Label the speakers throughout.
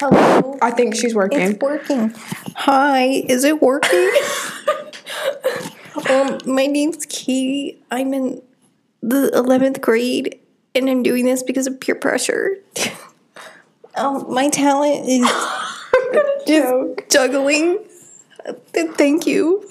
Speaker 1: Hello.
Speaker 2: I think she's working.
Speaker 1: It's working. Hi, is it working? um, my name's Katie. I'm in the 11th grade and I'm doing this because of peer pressure. um, my talent is
Speaker 2: Joke.
Speaker 1: juggling. Uh, Thank you.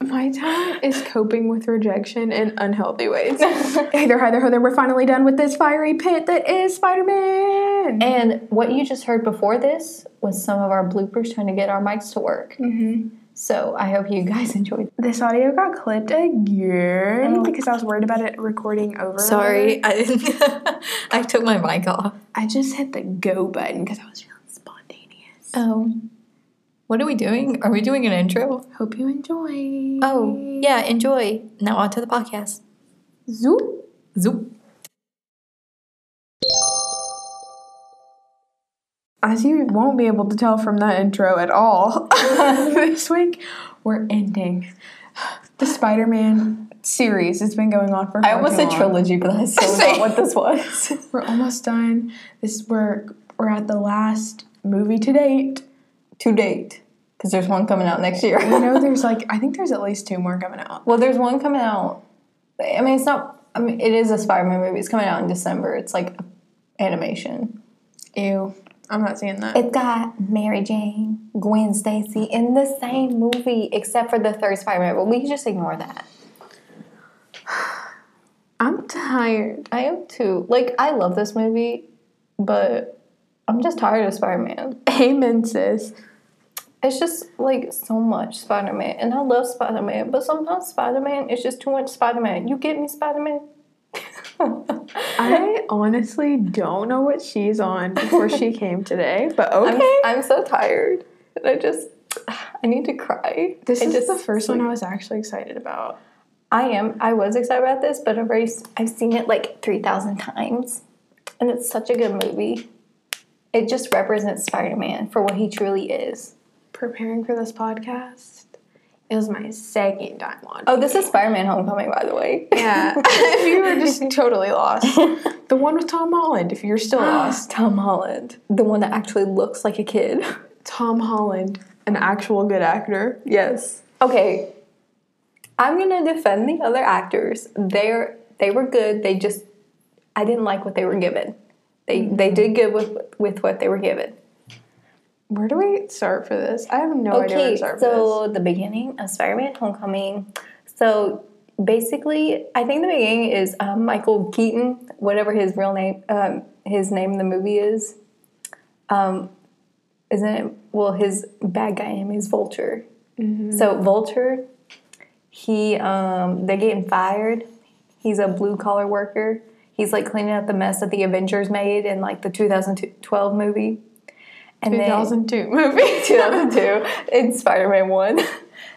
Speaker 2: My talent is coping with rejection in unhealthy ways. hey there, hi there, ho there. We're finally done with this fiery pit that is Spider Man.
Speaker 3: And what you just heard before this was some of our bloopers trying to get our mics to work. Mm-hmm. So I hope you guys enjoyed.
Speaker 2: This audio got clipped again because I was worried about it recording over.
Speaker 3: Sorry, I didn't. I took my mic off.
Speaker 2: I just hit the go button because I was feeling spontaneous.
Speaker 3: Oh, what are we doing? Are we doing an intro?
Speaker 2: Hope you enjoy.
Speaker 3: Oh, yeah. Enjoy. Now on to the podcast.
Speaker 2: Zoop.
Speaker 3: Zoop.
Speaker 2: As you won't be able to tell from that intro at all, this week we're ending the Spider Man series. It's been going on for
Speaker 3: I
Speaker 2: far
Speaker 3: almost
Speaker 2: too
Speaker 3: said
Speaker 2: long.
Speaker 3: trilogy, but that's still not what this was.
Speaker 2: We're almost done. This we're we're at the last movie to date.
Speaker 3: to date, because there's one coming out next year.
Speaker 2: I know there's like I think there's at least two more coming out.
Speaker 3: Well, there's one coming out. I mean, it's not. I mean, it is a Spider-Man movie. It's coming out in December. It's like animation.
Speaker 2: Ew, I'm not seeing that.
Speaker 3: It got Mary Jane, Gwen Stacy in the same movie, except for the third Spider-Man. But we can just ignore that.
Speaker 2: I'm tired.
Speaker 3: I am too. Like, I love this movie, but I'm just tired of Spider-Man.
Speaker 2: Amen, sis.
Speaker 3: It's just like so much Spider-Man, and I love Spider-Man, but sometimes Spider-Man is just too much Spider-Man. You get me, Spider-Man?
Speaker 2: I honestly don't know what she's on before she came today, but okay.
Speaker 3: I'm, I'm so tired. And I just, I need to cry.
Speaker 2: this
Speaker 3: I
Speaker 2: is
Speaker 3: just,
Speaker 2: the first one I was actually excited about.
Speaker 3: I am. I was excited about this, but I've already, I've seen it like 3,000 times. And it's such a good movie. It just represents Spider Man for what he truly is.
Speaker 2: Preparing for this podcast, it was my second time on.
Speaker 3: Oh, this is Spider Man Homecoming, by the way.
Speaker 2: Yeah, if you were just totally lost. The one with Tom Holland, if you're still lost.
Speaker 3: Tom Holland, the one that actually looks like a kid.
Speaker 2: Tom Holland, an actual good actor.
Speaker 3: Yes. Okay. I'm gonna defend the other actors. They're they were good. They just I didn't like what they were given. They they did good with with what they were given.
Speaker 2: Where do we start for this? I have no idea where
Speaker 3: okay,
Speaker 2: to start for
Speaker 3: so the beginning of Spider-Man: Homecoming. So basically, I think the beginning is um, Michael Keaton, whatever his real name, um, his name in the movie is. Um, isn't it? Well, his bad guy name is Vulture. So Vulture, he um, they're getting fired. He's a blue collar worker. He's like cleaning up the mess that the Avengers made in like the 2012 movie. And
Speaker 2: this.
Speaker 3: then-
Speaker 2: 2002 movie.
Speaker 3: 2002 in Spider-Man 1.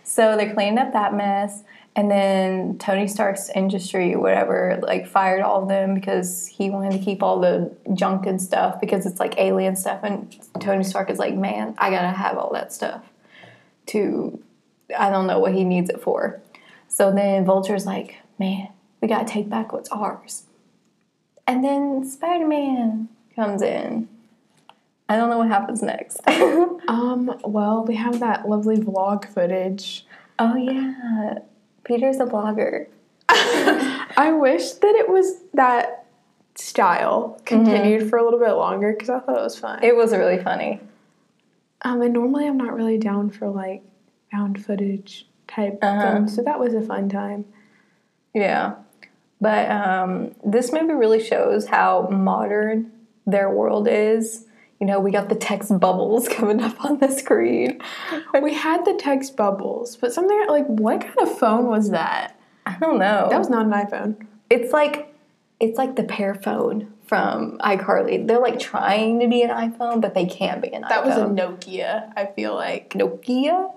Speaker 3: So they're cleaning up that mess. And then Tony Stark's industry, whatever, like fired all of them because he wanted to keep all the junk and stuff because it's like alien stuff. And Tony Stark is like, man, I gotta have all that stuff to, I don't know what he needs it for. So then Vulture's like, man, we gotta take back what's ours. And then Spider Man comes in. I don't know what happens next.
Speaker 2: Um, well, we have that lovely vlog footage.
Speaker 3: Oh yeah, Peter's a blogger.
Speaker 2: I wish that it was that style continued for a little bit longer because I thought Mm-hmm. it was fun.
Speaker 3: It was really funny.
Speaker 2: Um, and normally I'm not really down for like found footage type
Speaker 3: Uh-huh.
Speaker 2: films, so that was a fun time.
Speaker 3: Yeah, but um, this movie really shows how modern their world is. You know, we got the text bubbles coming up on the screen.
Speaker 2: We had the text bubbles, but something like what kind of phone was that?
Speaker 3: I don't know.
Speaker 2: That was not an iPhone.
Speaker 3: it's like it's like the pear phone from iCarly. They're like trying to be an iPhone, but they can't be an
Speaker 2: That was a
Speaker 3: iPhone.
Speaker 2: Nokia, I feel like.
Speaker 3: Nokia.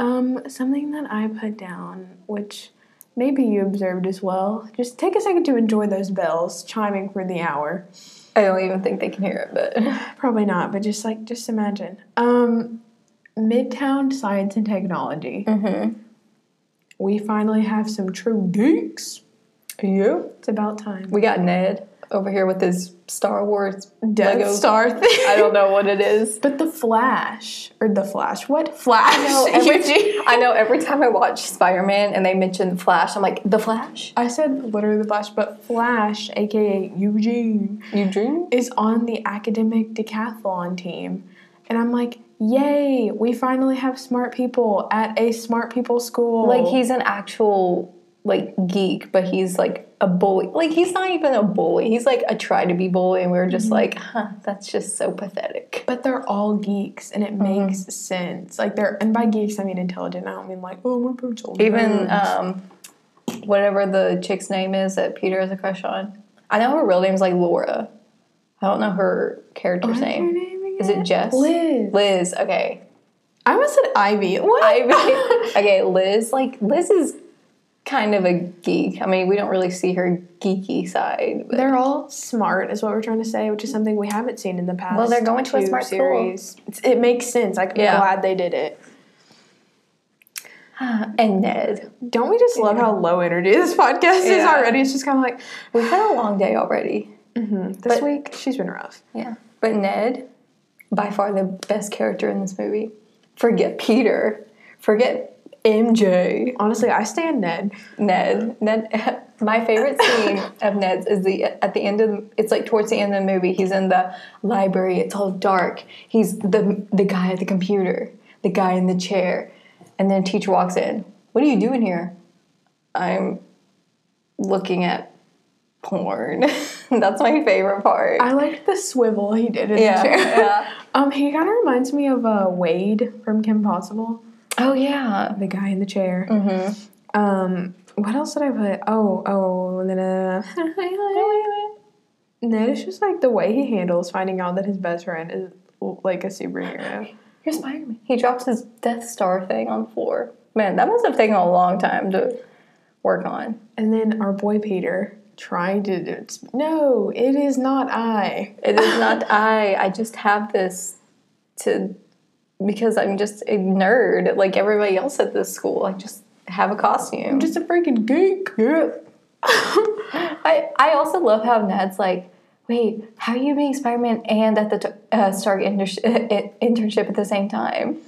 Speaker 2: Um, something that I put down, which maybe you observed as well. Just take a second to enjoy those bells chiming for the hour.
Speaker 3: I don't even think they can hear it, but
Speaker 2: Probably not, but just like just imagine. Um Midtown Science and Technology. Mm-hmm. We finally have some true geeks.
Speaker 3: yeah,
Speaker 2: It's about time.
Speaker 3: we got Ned. over here with his Star Wars
Speaker 2: Death
Speaker 3: Lego.
Speaker 2: Star thing.
Speaker 3: I don't know what it is.
Speaker 2: But the Flash or the Flash? What Flash?
Speaker 3: know, every-
Speaker 2: Eugene.
Speaker 3: I know every time I watch Spider Man and they mention the Flash, I'm like, the Flash?
Speaker 2: I said literally the Flash, but Flash, aka Eugene,
Speaker 3: You dream?
Speaker 2: is on the academic decathlon team, and I'm like, yay! We finally have smart people at a smart people school.
Speaker 3: Like he's an actual like geek, but he's like a bully. Like he's not even a bully. He's like a try to be bully, and we were just like, huh, that's just so pathetic.
Speaker 2: But they're all geeks, and it
Speaker 3: Uh-huh.
Speaker 2: makes sense. Like they're, and by geeks I mean intelligent. I don't mean like, oh, what about children?
Speaker 3: Even um, whatever the chick's name is that Peter has a crush on. I know her real name's like Laura. I don't know her character's
Speaker 2: What's her
Speaker 3: name.
Speaker 2: name
Speaker 3: Is it
Speaker 2: again?
Speaker 3: Jess?
Speaker 2: Liz?
Speaker 3: Liz. Okay.
Speaker 2: I almost said Ivy. What?
Speaker 3: I okay, Liz. Like Liz is kind of a geek. I mean, we don't really see her geeky side. But
Speaker 2: They're all smart, is what we're trying to say, which is something we haven't seen in the past.
Speaker 3: Well, they're going to a
Speaker 2: two
Speaker 3: smart school.
Speaker 2: It's- It makes sense. Like, I'm
Speaker 3: Yeah.
Speaker 2: glad they did it.
Speaker 3: and Ned.
Speaker 2: Don't we just love how low energy this podcast is
Speaker 3: Yeah.
Speaker 2: already? It's just kind of like
Speaker 3: We've had a long day already.
Speaker 2: this
Speaker 3: But-
Speaker 2: week she's been rough.
Speaker 3: Yeah. But Ned, by far the best character in this movie. Forget Peter. Forget MJ.
Speaker 2: Honestly, I stand Ned.
Speaker 3: Ned. Ned. My favorite scene of Ned's is the at the end of it's like towards the end of the movie. He's in the library. It's all dark. He's the the guy at the computer, the guy in the chair, and then teacher walks in. What are you doing here? I'm looking at porn. That's my favorite part.
Speaker 2: I liked the swivel he did in
Speaker 3: yeah,
Speaker 2: the chair.
Speaker 3: yeah.
Speaker 2: Um, he kind of reminds me of uh, Wade from Kim Possible,
Speaker 3: Oh yeah.
Speaker 2: the guy in the chair. Mm-hmm. Um, what else did I put? Oh, oh, and then uh, Ned is just like the way he handles finding out that his best friend is like a superhero.
Speaker 3: You're Spider Man. He drops his Death Star thing on the floor. Man, that must have taken a long time to work on.
Speaker 2: And then our boy Peter trying to it's, no, it is not I.
Speaker 3: It is not I. I just have this to because I'm just a nerd, like everybody else at this school. I just have a costume.
Speaker 2: I'm just a freaking geek.
Speaker 3: I I also love how Ned's like, wait, how are you being Spider Man and at the t- uh, Stark internsh- internship at the same time?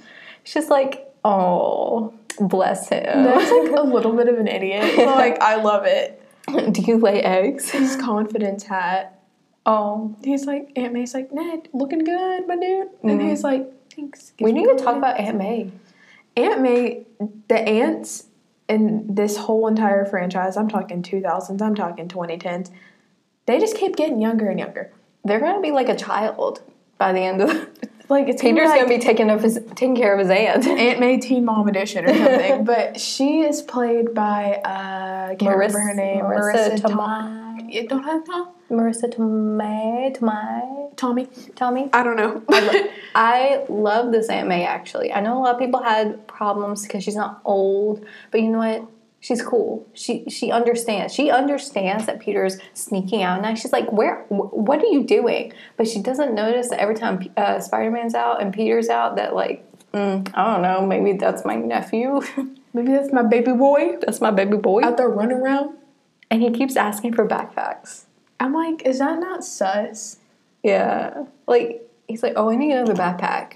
Speaker 3: It's just like, oh, bless him.
Speaker 2: That's like a little bit of an idiot. but, like I love it.
Speaker 3: Do you lay eggs?
Speaker 2: His confidence hat. um,
Speaker 3: Oh,
Speaker 2: He's like Aunt May's like Ned, looking good, my dude. And he's like, thanks.
Speaker 3: we need to talk about Aunt May.
Speaker 2: Aunt May, the ants in this whole entire franchise. I'm talking 2000s. I'm talking 2010s. They just keep getting younger and younger.
Speaker 3: They're gonna be like a child by the end of.
Speaker 2: Like it's gonna be
Speaker 3: Peter's
Speaker 2: like,
Speaker 3: gonna be taking of his taking care of his aunt.
Speaker 2: Aunt May Teen Mom Edition or something. but she is played by uh, I can't remember
Speaker 3: Marissa-
Speaker 2: her name.
Speaker 3: Marissa
Speaker 2: Tomei. You don't have Tom?
Speaker 3: Marissa Tomei, Tomei,
Speaker 2: Tommy.
Speaker 3: Tommy.
Speaker 2: I don't know.
Speaker 3: I love this Aunt May actually. I know a lot of people had problems because she's not old, but you know what? She's cool. She she understands. She understands that Peter's sneaking out, and she's like, "Where? wh- What are you doing?" But she doesn't notice that every time uh, Spider Man's out and Peter's out, that like, mm, I don't know, maybe that's my nephew.
Speaker 2: Maybe that's my baby boy
Speaker 3: that's my baby boy,
Speaker 2: out there running around.
Speaker 3: and he keeps asking for backpacks.
Speaker 2: I'm like, is that not sus?
Speaker 3: Yeah, like he's like, "Oh, I need another backpack."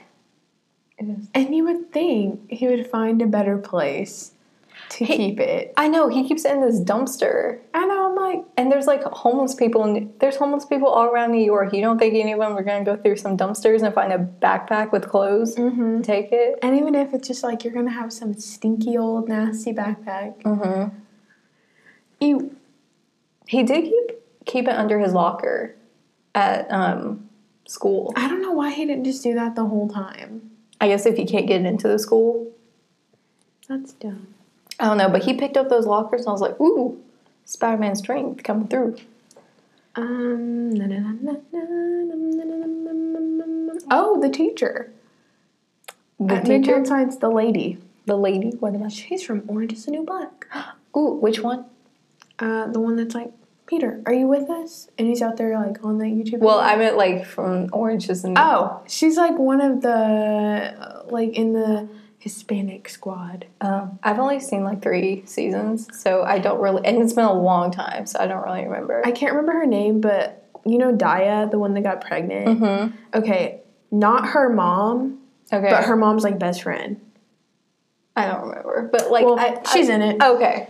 Speaker 2: And you would think he would find a better place to keep it.
Speaker 3: I know he keeps it in this dumpster.
Speaker 2: I know, I'm like,
Speaker 3: And there's like homeless people, and there's homeless people all around New York. You don't think any of them are gonna go through some dumpsters and find a backpack with clothes and take it?
Speaker 2: and even if it's just like you're gonna have some stinky old nasty backpack. Mm-hmm. Ew.
Speaker 3: He did keep keep it under his locker at um, school.
Speaker 2: I don't know why he didn't just do that the whole time.
Speaker 3: I guess if you can't get into the school,
Speaker 2: That's dumb.
Speaker 3: I don't know. But he picked up those lockers, and I was like, "Ooh, Spider Man strength coming through."
Speaker 2: Um, na- na- na- na- na- na- na- na- na- na- na- na- oh, the teacher.
Speaker 3: The
Speaker 2: At
Speaker 3: teacher,
Speaker 2: Midtown Science, the lady.
Speaker 3: the lady, what am I?
Speaker 2: She's from Orange is the New Black.
Speaker 3: Ooh, which one?
Speaker 2: Uh, the one that's like, Peter, are you with us? And he's out there like on the YouTube.
Speaker 3: Well, uh,
Speaker 2: video.
Speaker 3: I meant like from Orange is the New
Speaker 2: oh, she's like one of the uh, like in the Hispanic squad.
Speaker 3: Um, I've only seen like three seasons, so I don't really, and it's been a long time, so I don't really remember.
Speaker 2: I can't remember her name, but you know Daya, the one that got pregnant.
Speaker 3: mm-hmm.
Speaker 2: Okay, not her mom,
Speaker 3: Okay,
Speaker 2: but her mom's like best friend.
Speaker 3: I don't remember, but like
Speaker 2: well,
Speaker 3: I,
Speaker 2: she's in it.
Speaker 3: I, okay.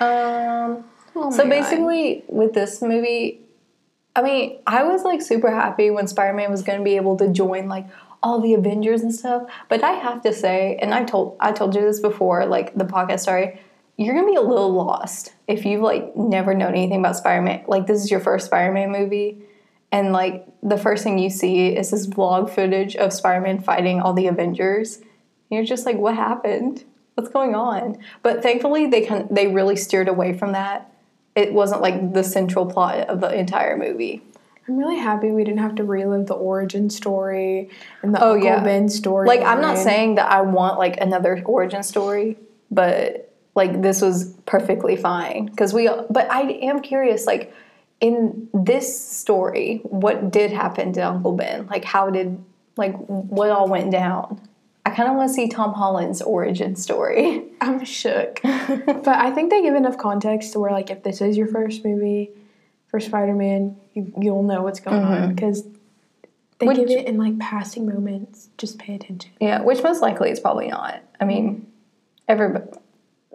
Speaker 3: Um. so basically, with this movie, I mean, I was like super happy when Spider Man was going to be able to join like all the Avengers and stuff. But I have to say, and I told I told you this before, like the podcast started, you're going to be a little lost if you've like never known anything about Spider Man. Like this is your first Spider Man movie, and like the first thing you see is this vlog footage of Spider Man fighting all the Avengers. You're just like, what happened? What's going on? But thankfully, they can they really steered away from that it wasn't like the central plot of the entire movie.
Speaker 2: I'm really happy we didn't have to relive the origin story and the
Speaker 3: Oh,
Speaker 2: Uncle
Speaker 3: yeah.
Speaker 2: Ben story.
Speaker 3: Like I'm not
Speaker 2: and-
Speaker 3: saying that I want like another origin story, but like this was perfectly fine because we but I am curious like in this story what did happen to Uncle Ben? Like how did like what all went down? I kind of want to see Tom Holland's origin story.
Speaker 2: I'm shook. but I think they give enough context to where, like, if this is your first movie for Spider Man, you, you'll know what's going on because they
Speaker 3: Would
Speaker 2: give
Speaker 3: you-
Speaker 2: it in like passing moments. Just pay attention.
Speaker 3: Yeah, which most likely is probably not. I mean, everybody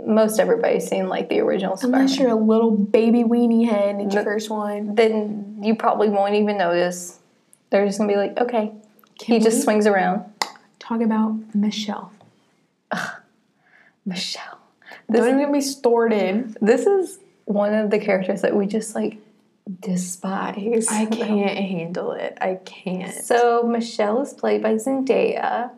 Speaker 3: most everybody's seen like the original Spider-Man.
Speaker 2: Unless you're a little baby weenie head in your first one.
Speaker 3: then you probably won't even notice. They're just gonna be like, okay.
Speaker 2: Can
Speaker 3: he just
Speaker 2: we
Speaker 3: swings around.
Speaker 2: talk about Michelle.
Speaker 3: Michelle.
Speaker 2: Don't even get me started.
Speaker 3: This is one of the characters that we just like despise.
Speaker 2: I can't handle it. I can't.
Speaker 3: So Michelle is played by Zendaya,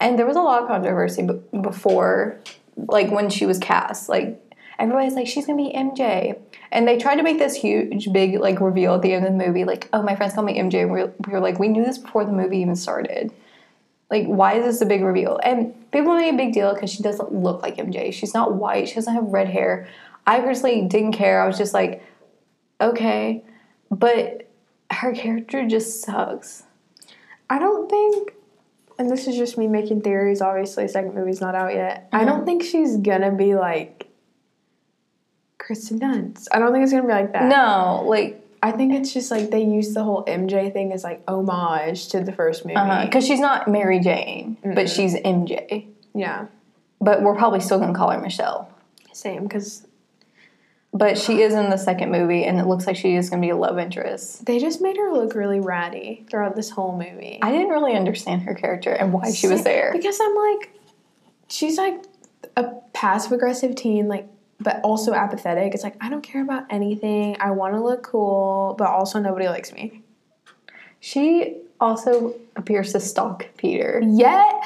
Speaker 3: and there was a lot of controversy b- before, like when she was cast. Like everybody's like, she's gonna be MJ, and they tried to make this huge, big like reveal at the end of the movie. Like, oh, my friends call me MJ, and we were, we were like, we knew this before the movie even started. Like, why is this a big reveal? And people made a big deal because she doesn't look like MJ. She's not white. She doesn't have red hair. I personally didn't care. I was just like, okay, but her character just sucks.
Speaker 2: I don't think, and this is just me making theories, obviously, second movie's not out yet. I don't think she's gonna be like Kristen Dunst. I don't think it's gonna be like that.
Speaker 3: No, like
Speaker 2: I think it's just like they use the whole MJ thing as like homage to the first movie.
Speaker 3: because uh, she's not Mary Jane, but she's MJ.
Speaker 2: Yeah,
Speaker 3: But we're probably still gonna call her Michelle.
Speaker 2: same, because
Speaker 3: But she is in the second movie, and it looks like she is gonna be a love interest.
Speaker 2: they just made her look really ratty throughout this whole movie.
Speaker 3: I didn't really understand her character and why she was there.
Speaker 2: Because I'm like, she's like a passive aggressive teen, like, but also apathetic. It's like I don't care about anything. I want to look cool, but also nobody likes me.
Speaker 3: She also appears to stalk Peter.
Speaker 2: Yet,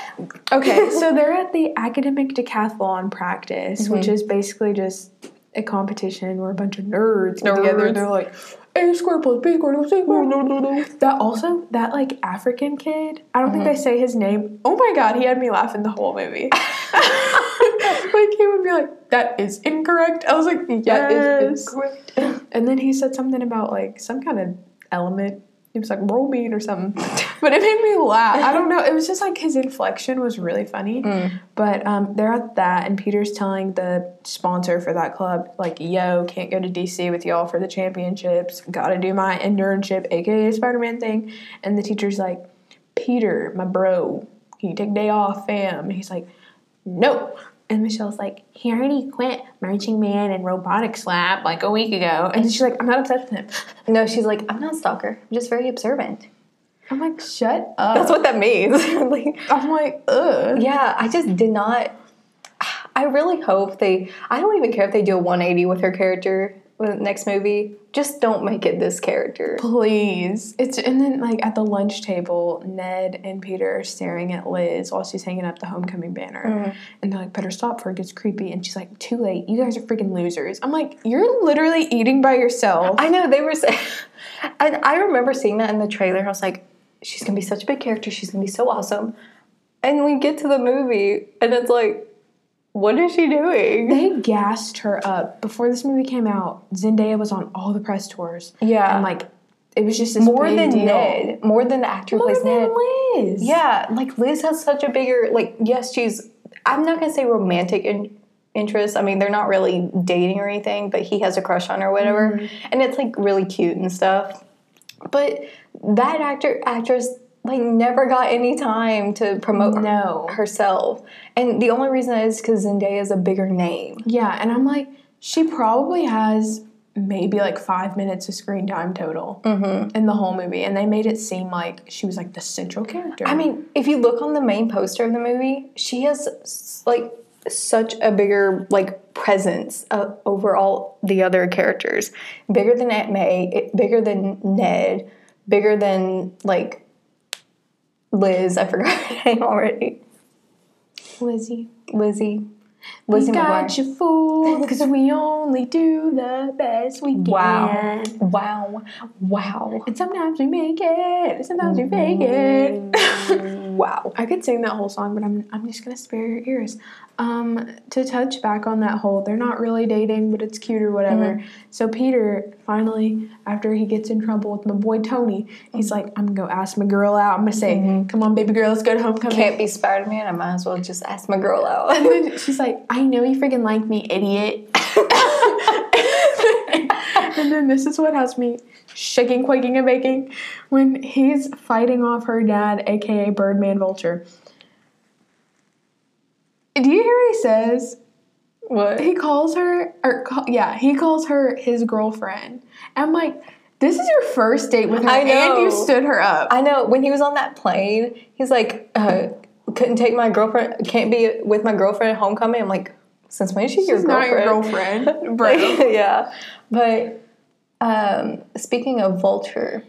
Speaker 2: okay, so they're at the academic decathlon practice, which
Speaker 3: Mm-hmm.
Speaker 2: is basically just a competition where a bunch of nerds, get together
Speaker 3: Nerds. Oh,
Speaker 2: and they're like, A squared plus B squared equals C squared. That also, that like African kid, I don't think
Speaker 3: Mm-hmm.
Speaker 2: they say his name. Oh my god, he had me laughing the whole movie. like he would be like, that is incorrect. I was like, yes.
Speaker 3: That is incorrect.
Speaker 2: And then he said something about like some kind of element. He was like bromine or something, but it made me laugh. I don't know. It was just like his inflection was really funny. But um, they're at that, and Peter's telling the sponsor for that club, like, "Yo, can't go to DC with y'all for the championships. Got to do my internship, aka Spider-Man thing." And the teacher's like, "Peter, my bro, can you take day off, fam?" And he's like, no. And Michelle's like, he already quit Marching Man and Robotics Lab like a week ago. And she's like, I'm not upset with him.
Speaker 3: No, she's like, I'm not a stalker. I'm just very observant.
Speaker 2: I'm like, shut up.
Speaker 3: That's what that means. like,
Speaker 2: I'm like, ugh.
Speaker 3: Yeah, I just did not. I really hope they. I don't even care if they do a 180 with her character with the next movie. Just don't make it this character.
Speaker 2: Please. It's and then like at the lunch table, Ned and Peter are staring at Liz while she's hanging up the homecoming banner. And they're like, better stop before it gets creepy. And she's like, too late. You guys are freaking losers. I'm like, you're literally eating by yourself.
Speaker 3: I know they were saying. And I remember seeing that in the trailer. I was like, she's gonna be such a big character. She's gonna be so awesome. And we get to the movie, and it's like, what is she doing?
Speaker 2: they gassed her up before this movie came out. Zendaya was on all the press tours.
Speaker 3: Yeah.
Speaker 2: and like It was just this
Speaker 3: more
Speaker 2: big
Speaker 3: than
Speaker 2: deal.
Speaker 3: Ned, more than the actor who
Speaker 2: More
Speaker 3: plays Ned.
Speaker 2: than Liz.
Speaker 3: Yeah, like Liz has such a bigger like. Yes, she's. I'm not gonna say romantic in, interest. I mean, they're not really dating or anything, but he has a crush on her, or whatever, and it's like really cute and stuff. But that actor actress like never got any time to promote her-
Speaker 2: No.
Speaker 3: herself, and the only reason is because Zendaya is a bigger name.
Speaker 2: Yeah, and I'm like, she probably has maybe like five minutes of screen time total in the whole movie, and they made it seem like she was like the central character.
Speaker 3: I mean, if you look on the main poster of the movie, she has s- like such a bigger like presence uh, over all the other characters, bigger than Aunt May, it- bigger than Ned, bigger than like Liz. I forgot her name already.
Speaker 2: Lizzie,
Speaker 3: Lizzie,
Speaker 2: we
Speaker 3: Lizzie
Speaker 2: got
Speaker 3: McGuire.
Speaker 2: you fooled because we only do the best we can.
Speaker 3: Wow, wow, wow,
Speaker 2: And sometimes we make it, and sometimes we fake it.
Speaker 3: wow.
Speaker 2: I could sing that whole song, but I'm, I'm just gonna spare your ears. Um, to touch back on that whole, they're not really dating, but it's cute or whatever. So Peter finally, after he gets in trouble with my boy Tony, he's like, I'm gonna go ask my girl out. I'm gonna say, Come on, baby girl, let's go to homecoming.
Speaker 3: Can't be Spider Man. I might as well just ask my girl out.
Speaker 2: And then she's like, I know you freaking like me, idiot. and then this is what has me shaking, quaking, and baking when he's fighting off her dad, aka Birdman Vulture. Do you hear what he says?
Speaker 3: what?
Speaker 2: He calls her, or ca- yeah, he calls her his girlfriend. I'm like, this is your first date with her,
Speaker 3: I know.
Speaker 2: and you stood her up.
Speaker 3: I know when he was on that plane, he's like, uh, couldn't take my girlfriend, can't be with my girlfriend at homecoming. I'm like, since when is she your
Speaker 2: She's not
Speaker 3: girlfriend?
Speaker 2: your girlfriend, bro.
Speaker 3: Like, yeah. But um, speaking of Vulture,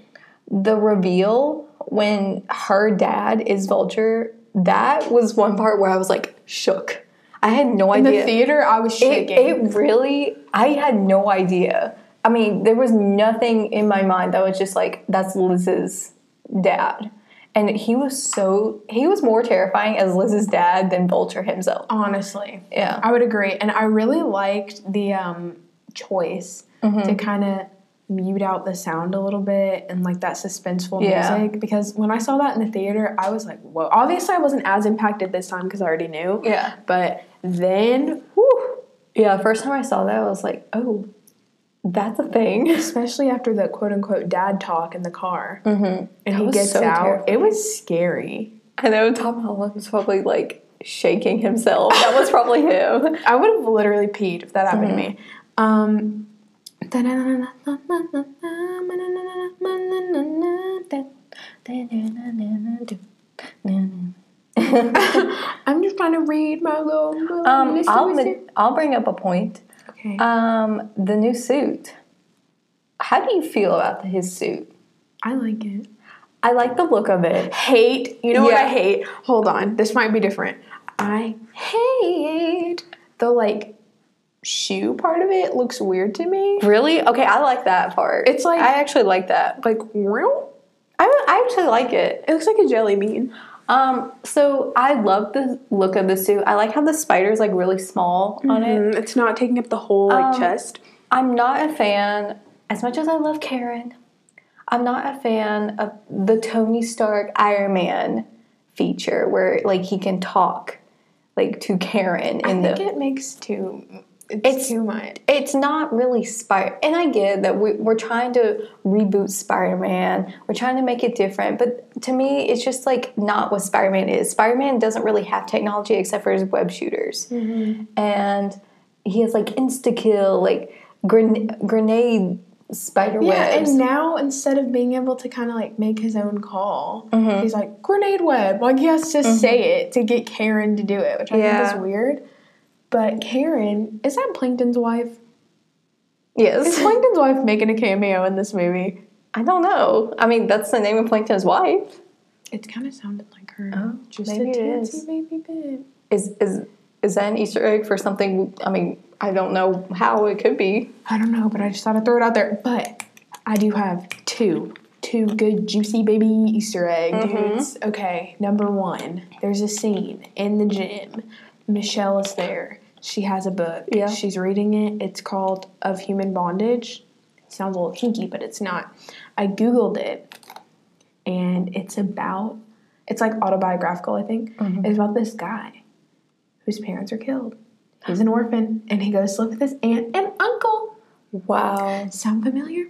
Speaker 3: the reveal when her dad is Vulture, that was one part where I was like shook. I had no
Speaker 2: In the
Speaker 3: idea.
Speaker 2: theater, I was
Speaker 3: It,
Speaker 2: shaking.
Speaker 3: it really, I had no idea. I mean, there was nothing in my mind that was just like, that's Liz's dad. And he was so, he was more terrifying as Liz's dad than Vulture himself.
Speaker 2: honestly.
Speaker 3: Yeah.
Speaker 2: I would agree. And I really liked the um, choice
Speaker 3: Mm-hmm.
Speaker 2: to kind of mute out the sound a little bit and like that suspenseful
Speaker 3: Yeah.
Speaker 2: music because when I saw that in the theater, I was like, whoa. Obviously, I wasn't as impacted this time because I already knew.
Speaker 3: Yeah.
Speaker 2: But then, whew,
Speaker 3: Yeah, first time I saw that, I was like, oh, that's a thing.
Speaker 2: especially after the quote unquote dad talk in the car and he
Speaker 3: Mm-hmm. was
Speaker 2: gets
Speaker 3: so
Speaker 2: out,
Speaker 3: terrifying.
Speaker 2: it was scary.
Speaker 3: I know Tom Holland was probably like shaking himself. That was probably him.
Speaker 2: I would have literally peed if that happened to me. Um, Um, I'm just trying to read my little. my little
Speaker 3: Um,
Speaker 2: mystery
Speaker 3: I'll,
Speaker 2: mystery.
Speaker 3: I'll bring up a point.
Speaker 2: okay.
Speaker 3: Um, the new suit. How do you feel about his suit?
Speaker 2: I like it.
Speaker 3: I like the look of it.
Speaker 2: Hate. You know what I
Speaker 3: Yeah.
Speaker 2: hate? Hold on. This might be different. I hate the like shoe part of it. Looks weird to me.
Speaker 3: Really? Okay, I like that part.
Speaker 2: It's like-
Speaker 3: I actually like that.
Speaker 2: Like real.
Speaker 3: I, I actually like it.
Speaker 2: It looks like a jelly bean.
Speaker 3: Um, so I love the look of the suit. I like how the spider's like really small on it.
Speaker 2: Mm, It's not taking up the whole like
Speaker 3: Um,
Speaker 2: chest.
Speaker 3: I'm not a fan, as much as I love Karen, I'm not a fan of the Tony Stark Iron Man feature where like he can talk like to Karen in
Speaker 2: I
Speaker 3: the
Speaker 2: think it makes too. It's,
Speaker 3: It's-
Speaker 2: too much.
Speaker 3: it's not really Spider. And I get that we, we're trying to reboot Spider Man. We're trying to make it different. But to me, it's just like not what Spider Man is. Spider Man doesn't really have technology except for his web shooters.
Speaker 2: Mm-hmm.
Speaker 3: And he has like insta kill, like gren- grenade spider
Speaker 2: Yeah,
Speaker 3: webs.
Speaker 2: and now instead of being able to kind of like make his own call, he's like grenade web. Like he has to say it to get Karen to do it, which I
Speaker 3: Yeah.
Speaker 2: think is weird. But Karen is that Plankton's wife? Is
Speaker 3: yes.
Speaker 2: Plankton's wife making a cameo in this movie?
Speaker 3: I don't know. I mean, that's the name of Plankton's wife.
Speaker 2: It kind of sounded like her.
Speaker 3: Oh,
Speaker 2: just
Speaker 3: maybe
Speaker 2: a
Speaker 3: it
Speaker 2: teensy
Speaker 3: is.
Speaker 2: baby bit.
Speaker 3: Is, is, is that an Easter egg for something? I mean, I don't know how it could be.
Speaker 2: I don't know, but I just thought I'd throw it out there. But I do have two, two good juicy baby Easter egg dudes. Okay, number one, there's a scene in the gym. Michelle is there. She has a book.
Speaker 3: Yeah.
Speaker 2: She's reading it. It's called Of Human Bondage. sounds a little hinky, but it's not. I googled it, and it's about it's like autobiographical. I think it's about this guy whose parents are killed. He's an orphan, and he goes to live with his aunt and uncle.
Speaker 3: Wow.
Speaker 2: Sound familiar?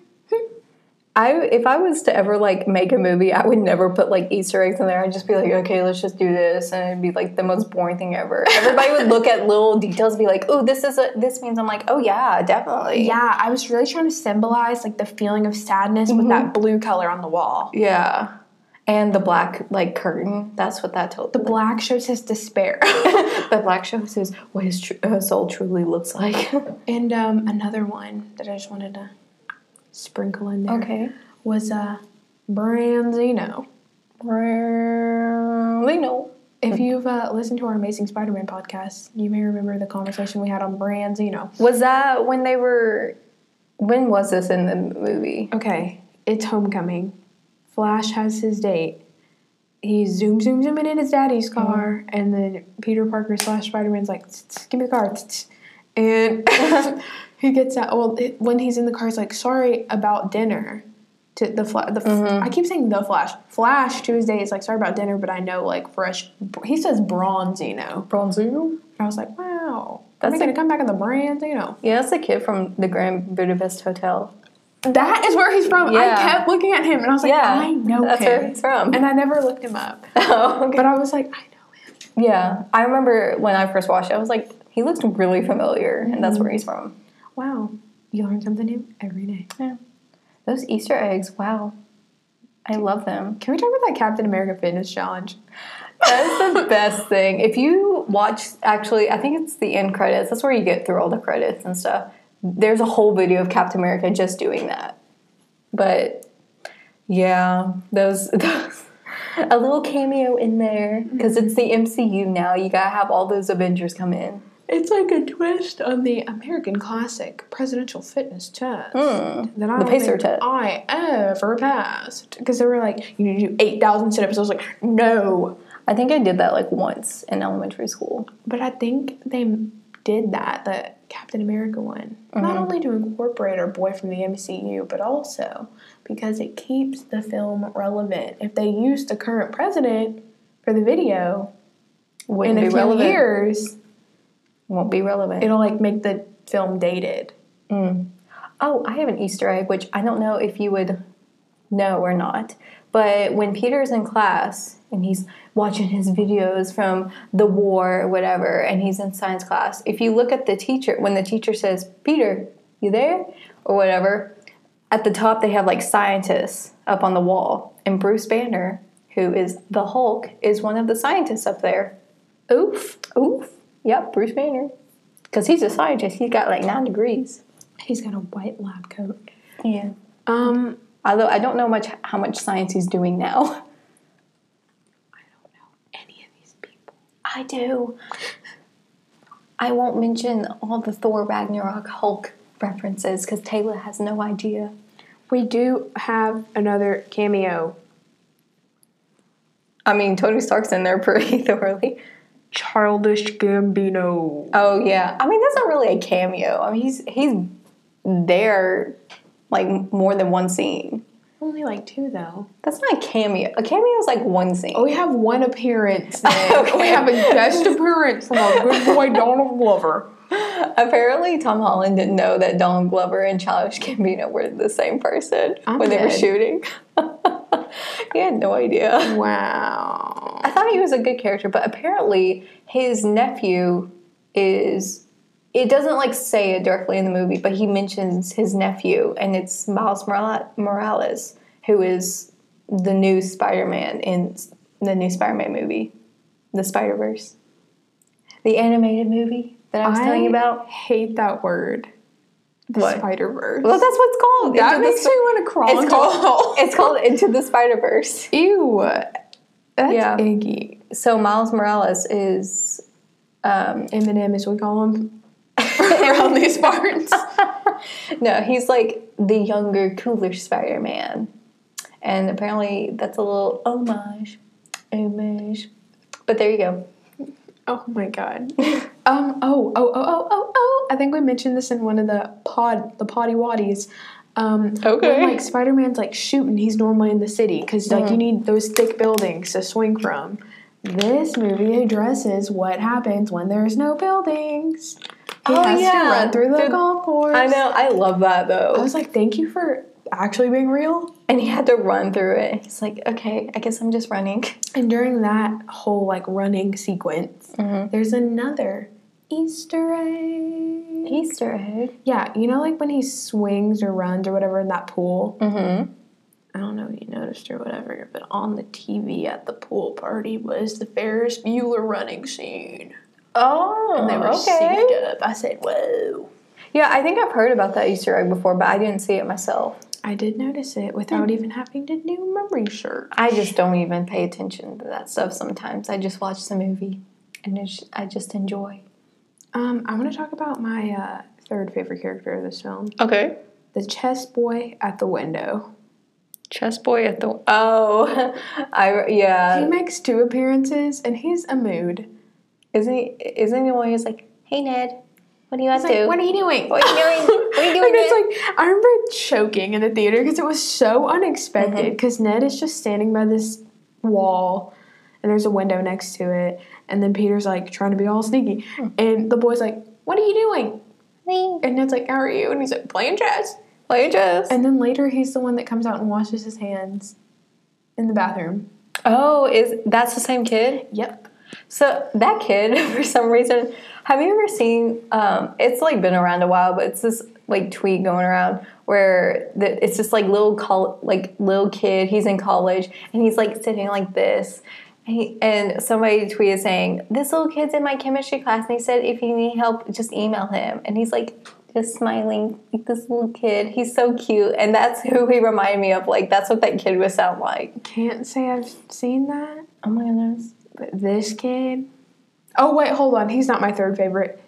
Speaker 3: I if I was to ever like make a movie, I would never put like Easter eggs in there. I'd just be like, okay, let's just do this, and it'd be like the most boring thing ever. Everybody would look at little details, and be like, oh, this is a this means. I'm like, oh yeah, definitely.
Speaker 2: Yeah, I was really trying to symbolize like the feeling of sadness with that blue color on the wall.
Speaker 3: Yeah. And the black like curtain. That's what that told
Speaker 2: The black shows his despair.
Speaker 3: the black shows is what his tr- uh, soul truly looks like.
Speaker 2: and um, another one that I just wanted to sprinkle in there was uh, Branzino.
Speaker 3: Really no.
Speaker 2: If you've uh, listened to our Amazing Spider-Man podcast, you may remember the conversation we had on Branzino.
Speaker 3: Was that when they were? When was this in the movie?
Speaker 2: Okay, it's Homecoming. Flash has his date. He's zoom zoom zooming in his daddy's
Speaker 3: Uh-huh.
Speaker 2: car, and then Peter Parker slash Spider Man's like, "Tss, tss, "Give me the car," tss, tss." and he gets out. Well, it, when he's in the car, he's like, "Sorry about dinner." To the flash, the,
Speaker 3: Mm-hmm.
Speaker 2: I keep saying the Flash. Flash to his day is like, "Sorry about dinner," but I know like fresh. He says Bronzino.
Speaker 3: Bronzino.
Speaker 2: I was like, "Wow."
Speaker 3: That's
Speaker 2: That's
Speaker 3: a-
Speaker 2: gonna come back in the brand, you know.
Speaker 3: Yeah, that's the kid from the Grand Budapest Hotel.
Speaker 2: That is where he's from.
Speaker 3: Yeah.
Speaker 2: I kept looking at him and I was like,
Speaker 3: Yeah,
Speaker 2: I know
Speaker 3: that's
Speaker 2: him.
Speaker 3: where he's from.
Speaker 2: And I never looked him up.
Speaker 3: Oh, okay.
Speaker 2: But I was like, I know him.
Speaker 3: Yeah, I remember when I first watched it, I was like, he looks really familiar, and that's where he's from.
Speaker 2: Wow. You learn something new every day.
Speaker 3: Those Easter eggs, wow. I love them.
Speaker 2: Can we talk about that Captain America Fitness Challenge?
Speaker 3: That's the best thing. If you watch, actually, I think it's the end credits, that's where you get through all the credits and stuff. There's a whole video of Captain America just doing that. But yeah, those, those a little cameo in there because it's the MCU now. You gotta have all those Avengers come in.
Speaker 2: It's like a twist on the American classic presidential fitness test that I
Speaker 3: the
Speaker 2: don't
Speaker 3: pacer
Speaker 2: think
Speaker 3: test.
Speaker 2: I ever passed because they were like, you need to do eight thousand sit-ups. I was like, no.
Speaker 3: I think I did that like once in elementary school.
Speaker 2: But I think they m- did that, the Captain America one, not only to incorporate our boy from the MCU, but also because it keeps the film relevant. If they use the current president for the video in
Speaker 3: Wouldn't
Speaker 2: a
Speaker 3: be
Speaker 2: few
Speaker 3: relevant.
Speaker 2: years,
Speaker 3: Won't be relevant.
Speaker 2: it'll like make the film dated.
Speaker 3: oh, I have an Easter egg, which I don't know if you would know or not. But when Peter's in class and he's watching his videos from the war or whatever, and he's in science class, if you look at the teacher, when the teacher says, Peter, you there? or whatever, at the top they have like scientists up on the wall. And Bruce Banner, who is the Hulk, is one of the scientists up there. Oof. Oof. Yep, Bruce Banner. Because he's a scientist. He's got like nine degrees.
Speaker 2: He's got a white lab coat.
Speaker 3: Yeah.
Speaker 2: Um,
Speaker 3: Although I don't know much how much science he's doing now.
Speaker 2: any of these people.
Speaker 3: I do. I won't mention all the Thor Ragnarok Hulk references because Taylor has no idea.
Speaker 2: We do have another cameo.
Speaker 3: I mean, Tony Stark's in there pretty thoroughly.
Speaker 2: Childish Gambino.
Speaker 3: Oh yeah, I mean that's not really a cameo. I mean he's he's there like more than one scene.
Speaker 2: Only like two though.
Speaker 3: That's not a cameo. A cameo is like one scene.
Speaker 2: We have one appearance. Then.
Speaker 3: Okay.
Speaker 2: We have a guest appearance from our good boy Donald Glover.
Speaker 3: Apparently, Tom Holland didn't know that Donald Glover and Childish Gambino were the same person
Speaker 2: I'm
Speaker 3: when they were
Speaker 2: dead.
Speaker 3: shooting. he had no idea.
Speaker 2: Wow.
Speaker 3: I thought he was a good character, but apparently his nephew is. It doesn't like say it directly in the movie, but he mentions his nephew, and it's Miles Morale- Morales, who is the new Spider-Man in s- the new Spider-Man movie, the Spider-Verse, the animated movie that I was telling you about.
Speaker 2: hate that word. The
Speaker 3: What?
Speaker 2: Spider Verse.
Speaker 3: Well, that's what it's called.
Speaker 2: that
Speaker 3: Into
Speaker 2: makes
Speaker 3: the,
Speaker 2: me want to crawl.
Speaker 3: it's called it's called Into the Spider Verse.
Speaker 2: Ew. That's
Speaker 3: Yeah.
Speaker 2: icky.
Speaker 3: So Miles Morales is
Speaker 2: Eminem, as we call him around these parts.
Speaker 3: no, he's like the younger, cooler Spider Man, and apparently that's a little homage, homage. But there you go.
Speaker 2: Oh my god. Um. Oh. Oh. Oh. Oh. Oh. Oh. I think we mentioned this in one of the pod, the potty waddies. Um,
Speaker 3: Okay. Mm-hmm.
Speaker 2: When, like Spider Man's like shooting, he's normally in the city because like you need those thick buildings to swing from. This movie addresses what happens when there's no buildings. He
Speaker 3: Oh,
Speaker 2: has to
Speaker 3: yeah.
Speaker 2: run through the
Speaker 3: Through-
Speaker 2: golf course.
Speaker 3: I know. I love that though.
Speaker 2: I was like, thank you for actually being real.
Speaker 3: and he had to run through it. He's like, okay, I guess I'm just running.
Speaker 2: And during that whole like running sequence,
Speaker 3: Mm-hmm.
Speaker 2: there's another Easter egg.
Speaker 3: Easter egg.
Speaker 2: Yeah, you know, like when he swings or runs or whatever in that pool.
Speaker 3: Mm-hmm.
Speaker 2: I don't know if you noticed or whatever, but on the TV at the pool party was the Ferris Bueller running scene.
Speaker 3: Oh,
Speaker 2: And they were synced up. I said, whoa.
Speaker 3: Yeah, I think I've heard about that Easter egg before, but I didn't see it myself.
Speaker 2: I did notice it without
Speaker 3: Hmm.
Speaker 2: even having to do my research.
Speaker 3: I just don't even pay attention to that stuff sometimes. I just watch the movie and it's, I just enjoy.
Speaker 2: Um, I want to talk about my uh, third favorite character of this film
Speaker 3: Okay.
Speaker 2: the chess boy at the window.
Speaker 3: Chess boy at the oh, I
Speaker 2: He
Speaker 3: yeah.
Speaker 2: makes two appearances and he's a mood.
Speaker 3: Isn't he? Isn't he the one who's like, hey Ned, what do you want
Speaker 2: It's
Speaker 3: to do?
Speaker 2: like, what are you doing?
Speaker 3: What are you doing? What are you doing,
Speaker 2: and it's like I remember choking in the theater because it was so
Speaker 3: Mm-hmm.
Speaker 2: unexpected. Because Ned is just standing by this wall, and there's a window next to it, and then Peter's like trying to be all sneaky,
Speaker 3: Hmm.
Speaker 2: and the boy's like, "What are you doing?" And Ned's like, "How are you?" And he's like, "Playing chess."
Speaker 3: Play chess.
Speaker 2: And then later he's the one that comes out and washes his hands in the bathroom.
Speaker 3: oh, is that's the same kid?
Speaker 2: Yep.
Speaker 3: So that kid, for some reason, have you ever seen? Um, it's like been around a while, but it's this like tweet going around where the, it's just like little col- like little kid. He's in college and he's like sitting like this. And, he, and somebody tweeted saying, "This little kid's in my chemistry class." And he said, "If you need help, just email him." And he's like, just smiling, like this little kid. He's so cute, and that's who he reminded me of. Like that's what that kid would sound like.
Speaker 2: Can't say I've seen that.
Speaker 3: Oh my goodness!
Speaker 2: But this kid. Oh, wait, hold on. He's not my third favorite.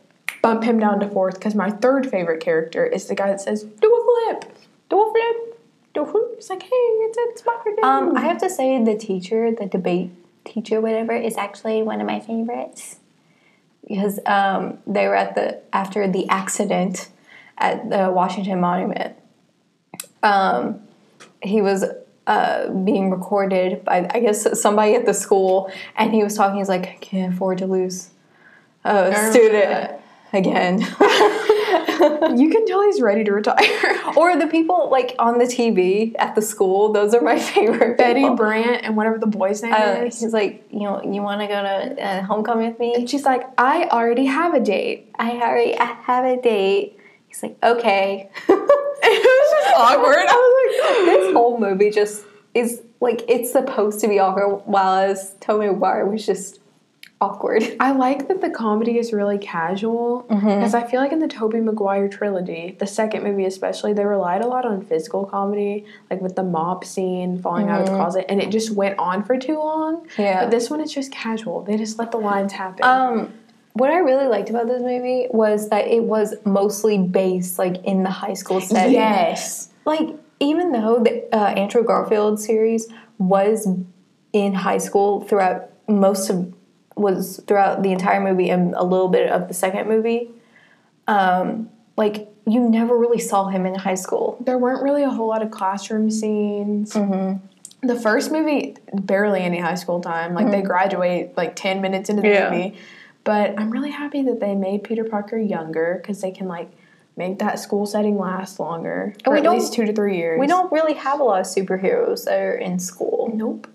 Speaker 2: Bump him down to fourth because my third favorite character is the guy that says, Do a flip.
Speaker 3: Do a flip.
Speaker 2: Do a flip. It's like, hey, it's a spider.
Speaker 3: Um, I have to say the teacher, the debate teacher, whatever, is actually one of my favorites because um, they were at the after the accident at the Washington Monument. Um, he was uh, being recorded by I guess somebody at the school, and he was talking. He's like, I can't afford to lose a student again.
Speaker 2: Um, you can tell he's ready to retire.
Speaker 3: or the people like on the TV at the school. Those are my favorite.
Speaker 2: Betty
Speaker 3: people.
Speaker 2: Brant and whatever the boy's name
Speaker 3: Uh,
Speaker 2: is.
Speaker 3: he's like, you know, you want to go to uh, homecoming with me?
Speaker 2: And she's like, I already have a date.
Speaker 3: I already I have a date. He's like, okay.
Speaker 2: it was just awkward. I was like,
Speaker 3: this whole movie just is like it's supposed to be awkward. While as Tommy Maguire was just awkward.
Speaker 2: I like that the comedy is really casual because
Speaker 3: Mm-hmm.
Speaker 2: I feel like in the Toby Maguire trilogy, the second movie especially, they relied a lot on physical comedy, like with the mop scene, falling out of the closet, and it just went on for too long.
Speaker 3: Mm-hmm. Yeah.
Speaker 2: But this one is just casual. They just let the lines happen.
Speaker 3: Um, what I really liked about this movie was that it was mostly based like in the high school setting.
Speaker 2: yes.
Speaker 3: like even though the uh, Andrew Garfield series was in high school throughout most of was throughout the entire movie and a little bit of the second movie, um, like you never really saw him in high school.
Speaker 2: There weren't really a whole lot of classroom scenes.
Speaker 3: Mm-hmm.
Speaker 2: The first movie, barely any high school time. Like they graduate like 10 minutes into the
Speaker 3: Yeah.
Speaker 2: movie. But I'm really happy that they made Peter Parker younger because they can like make that school setting last longer.
Speaker 3: And
Speaker 2: or
Speaker 3: we
Speaker 2: at
Speaker 3: don't-
Speaker 2: least two to three years.
Speaker 3: We don't really have a lot of superheroes that are in school,
Speaker 2: Nope.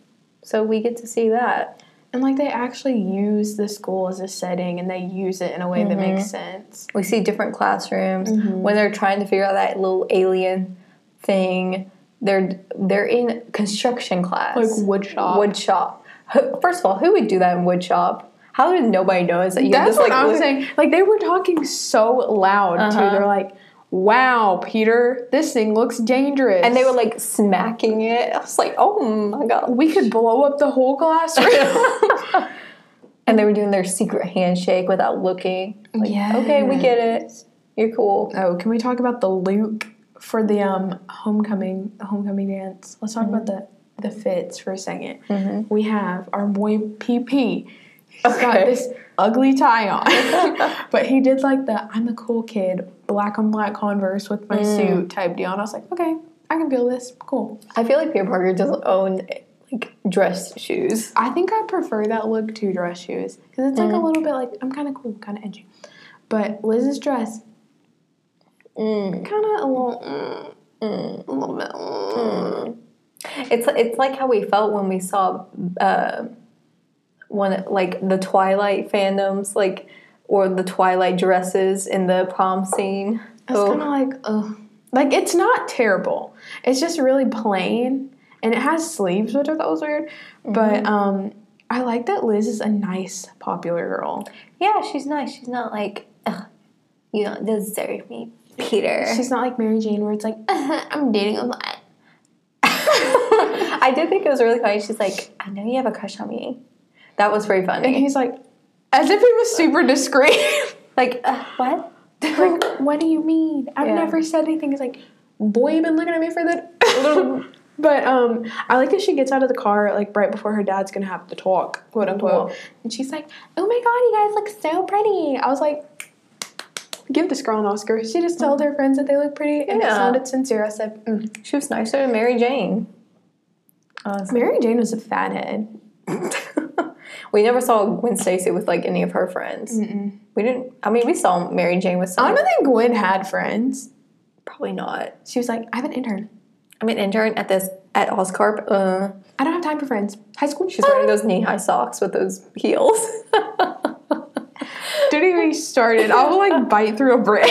Speaker 3: so we get to see that.
Speaker 2: And like they actually use the school as a setting and they use it in a way that
Speaker 3: Mm-hmm.
Speaker 2: makes sense.
Speaker 3: We see different classrooms
Speaker 2: Mm-hmm.
Speaker 3: when they're trying to figure out that little alien thing. They're they're in construction class,
Speaker 2: Like woodshop.
Speaker 3: wood shop. Who- First of all, who would do that in wood shop? How did nobody notice that you
Speaker 2: That's
Speaker 3: just like
Speaker 2: what I was
Speaker 3: look-
Speaker 2: saying. Like they were talking so loud
Speaker 3: Uh-huh.
Speaker 2: too. They're like, "Wow, Peter, this thing looks dangerous."
Speaker 3: and they were like smacking it. I was like, oh my god!
Speaker 2: we could blow up the whole classroom.
Speaker 3: And they were doing their secret handshake without looking. Like, okay, we get it. You're cool.
Speaker 2: oh, can we talk about the Luke for the um homecoming the homecoming dance?
Speaker 3: Mm-hmm.
Speaker 2: Let's talk about the the fits for a 2nd We have our boy PP. He's got
Speaker 3: Okay.
Speaker 2: this ugly tie on. but he did like the I'm a cool kid, black on black Converse with my
Speaker 3: Mm.
Speaker 2: suit type deal. And I was like, okay, I can feel this. Cool.
Speaker 3: I feel like Peter Parker doesn't own like dress shoes.
Speaker 2: I think I prefer that look to dress shoes because it's like a little bit like I'm kind of cool, kind of edgy. But Liz's dress, kind of a little, mm, a little bit. mm.
Speaker 3: It's it's like how we felt when we saw uh, one like the Twilight fandoms, like or the Twilight dresses in the prom scene.
Speaker 2: It's
Speaker 3: Oh.
Speaker 2: kind of like, ugh. Like, it's not terrible. It's just really plain. And it has sleeves, which I thought was weird. But um, I like that Liz is a nice, popular girl.
Speaker 3: Yeah, she's nice. She's not like Ugh, you don't deserve me, Peter.
Speaker 2: She's not like Mary Jane, where it's like, I'm dating a lot.
Speaker 3: I did think it was really funny. She's like, I know you have a crush on me. That was very
Speaker 2: And
Speaker 3: funny.
Speaker 2: he's like, as if he was super discreet.
Speaker 3: Like uh, what?
Speaker 2: like, what do you mean? I've
Speaker 3: Yeah.
Speaker 2: never said anything. He's like, boy, you've been looking at me for the. but um, I like that she gets out of the car like right before her dad's gonna have the talk, quote unquote. And she's like, "Oh my god, you guys look so pretty." I was like, "Give this girl an Oscar." She just told her friends that they look pretty, and it
Speaker 3: Yeah.
Speaker 2: sounded sincere. I said, mm.
Speaker 3: She was nicer than Mary Jane. Honestly.
Speaker 2: "Mary Jane was a fathead."
Speaker 3: we never saw Gwen Stacy with like any of her friends. We didn't. I mean, we saw Mary Jane with
Speaker 2: I
Speaker 3: some.
Speaker 2: don't think Gwen had friends.
Speaker 3: Probably not.
Speaker 2: She was like, "I have an intern.
Speaker 3: I'm an intern at this at Oscarp. Uh,
Speaker 2: I don't have time for friends. High school."
Speaker 3: she's wearing those knee high socks with those heels.
Speaker 2: Don't even get started. I will like bite through a brick.